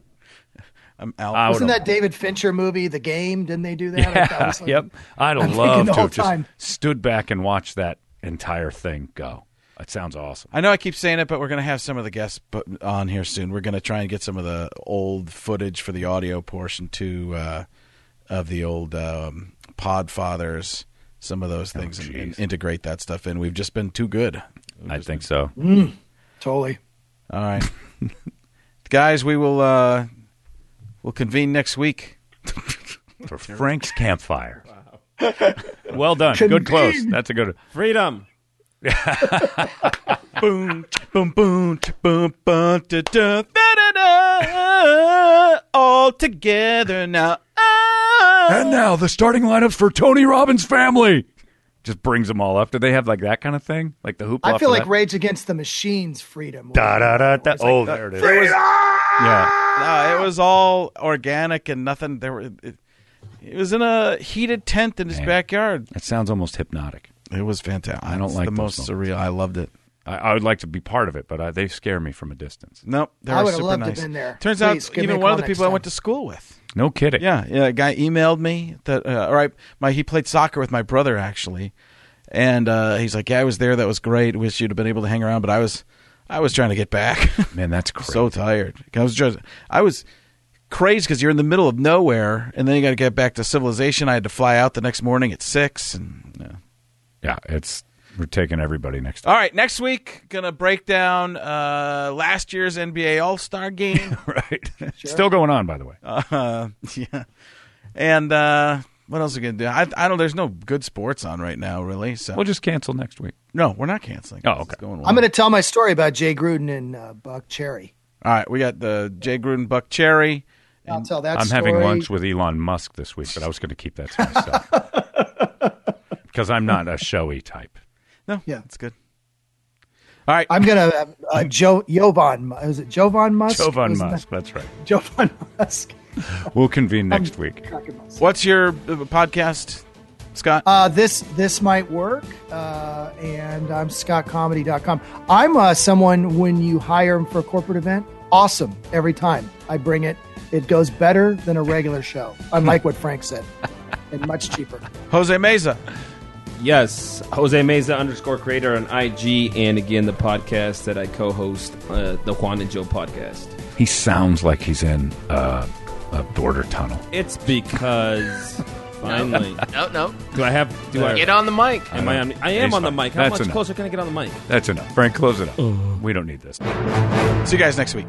Speaker 2: I'm
Speaker 1: out.
Speaker 3: Wasn't that David Fincher movie, The Game? Didn't they do that? I thought it
Speaker 1: Yeah,
Speaker 3: was like-
Speaker 1: yep. I'd have
Speaker 3: I'm thinking
Speaker 1: loved
Speaker 3: the
Speaker 1: to
Speaker 3: whole
Speaker 1: have just
Speaker 3: time.
Speaker 1: stood back and watched that entire thing go. That sounds awesome.
Speaker 2: I know I keep saying it, but we're going to have some of the guests bu- on here soon. We're going to try and get some of the old footage for the audio portion too uh, of the old um, Podfathers, some of those things, and, and integrate that stuff in. We've just been too good.
Speaker 1: I think so.
Speaker 3: Mm, totally.
Speaker 2: All right, guys, we will uh, we'll convene next week
Speaker 1: for Frank's campfire. Well done. Good close. That's a good.
Speaker 6: Freedom.
Speaker 2: boom, boom, boom, boom, boom, da, da, da, da, da, all together now.
Speaker 3: Oh.
Speaker 14: And now the starting lineups for Tony Robbins' family.
Speaker 1: Just brings them all up. Do they have like that kind of thing? Like the hoopla?
Speaker 3: I feel
Speaker 1: for
Speaker 3: like
Speaker 1: that?
Speaker 3: Rage Against the Machine's freedom.
Speaker 1: Da, da, da, da.
Speaker 3: It's like
Speaker 1: Oh,
Speaker 3: the-
Speaker 1: there it is.
Speaker 3: There was-
Speaker 1: yeah.
Speaker 2: No, it was all organic and nothing. There were. It, it was in a heated tent in his backyard.
Speaker 1: It sounds almost hypnotic.
Speaker 2: It was fantastic.
Speaker 1: I don't
Speaker 2: It's
Speaker 1: like
Speaker 2: the most surreal. I loved it.
Speaker 1: I, I would like to be part of it, but I, they scare me from a distance.
Speaker 2: Nope, they
Speaker 3: I
Speaker 2: were
Speaker 3: would have
Speaker 2: super
Speaker 3: loved to
Speaker 2: nice.
Speaker 3: have been there.
Speaker 2: Turns
Speaker 3: Please,
Speaker 2: out
Speaker 3: give me
Speaker 2: even
Speaker 3: a
Speaker 2: one of
Speaker 3: call
Speaker 2: the
Speaker 3: next
Speaker 2: people I went
Speaker 3: time.
Speaker 2: to school with.
Speaker 1: No kidding.
Speaker 2: Yeah, yeah. A guy emailed me that. Uh, all right, my he played soccer with my brother actually, and uh, he's like, "Yeah, I was there. That was great. Wish you'd have been able to hang around, but I was, I was trying to get back.
Speaker 1: Man, that's
Speaker 2: so tired. I was just, I was crazy because you're in the middle of nowhere, and then you got to get back to civilization. I had to fly out the next morning at six, and yeah.
Speaker 1: Yeah, it's we're taking everybody next time.
Speaker 2: All right, next week gonna break down uh, last year's NBA All Star game.
Speaker 1: right, Still going on, by the way.
Speaker 2: Uh, yeah, and uh, what else are we gonna do? I, I don't. There's no good sports on right now, really. So
Speaker 1: We'll just cancel next week.
Speaker 2: No, we're not canceling.
Speaker 1: Oh, okay.
Speaker 3: I'm going to tell my story about Jay Gruden and uh, Buck Cherry.
Speaker 2: All right, we got the Jay Gruden Buck Cherry.
Speaker 3: I'll tell that.
Speaker 1: I'm
Speaker 3: story.
Speaker 1: having lunch with Elon Musk this week, but I was going to keep that to myself because I'm not a showy type.
Speaker 2: No, yeah, it's good.
Speaker 3: All right, I'm gonna uh, Joe Jovan. Is it Jovan Musk?
Speaker 1: Jovan
Speaker 3: Wasn't
Speaker 1: Musk, that's right. Um,
Speaker 3: that- Jovan Musk.
Speaker 1: We'll convene next week.
Speaker 2: What's your uh, podcast, Scott?
Speaker 3: Uh, this this might work. Uh, and I'm scottcomedy.com. I'm uh, someone when you hire him for a corporate event, awesome every time I bring it. It goes better than a regular show, unlike what Frank said, and much cheaper.
Speaker 2: Jose Meza.
Speaker 6: Yes, Jose Meza underscore creator on IG, and again the podcast that I co-host, uh, the Juan and Joe podcast.
Speaker 1: He sounds like he's in uh, a border tunnel.
Speaker 6: It's because finally,
Speaker 12: No, no.
Speaker 6: do I have? Do I
Speaker 12: Get on the mic.
Speaker 6: Am I on? I am
Speaker 1: He's
Speaker 6: on the
Speaker 1: fine.
Speaker 6: mic. How
Speaker 1: That's
Speaker 6: much
Speaker 1: enough.
Speaker 6: closer can I get on the mic?
Speaker 1: Uh. That's enough. Frank, close it up. We don't need this.
Speaker 2: See you guys next week.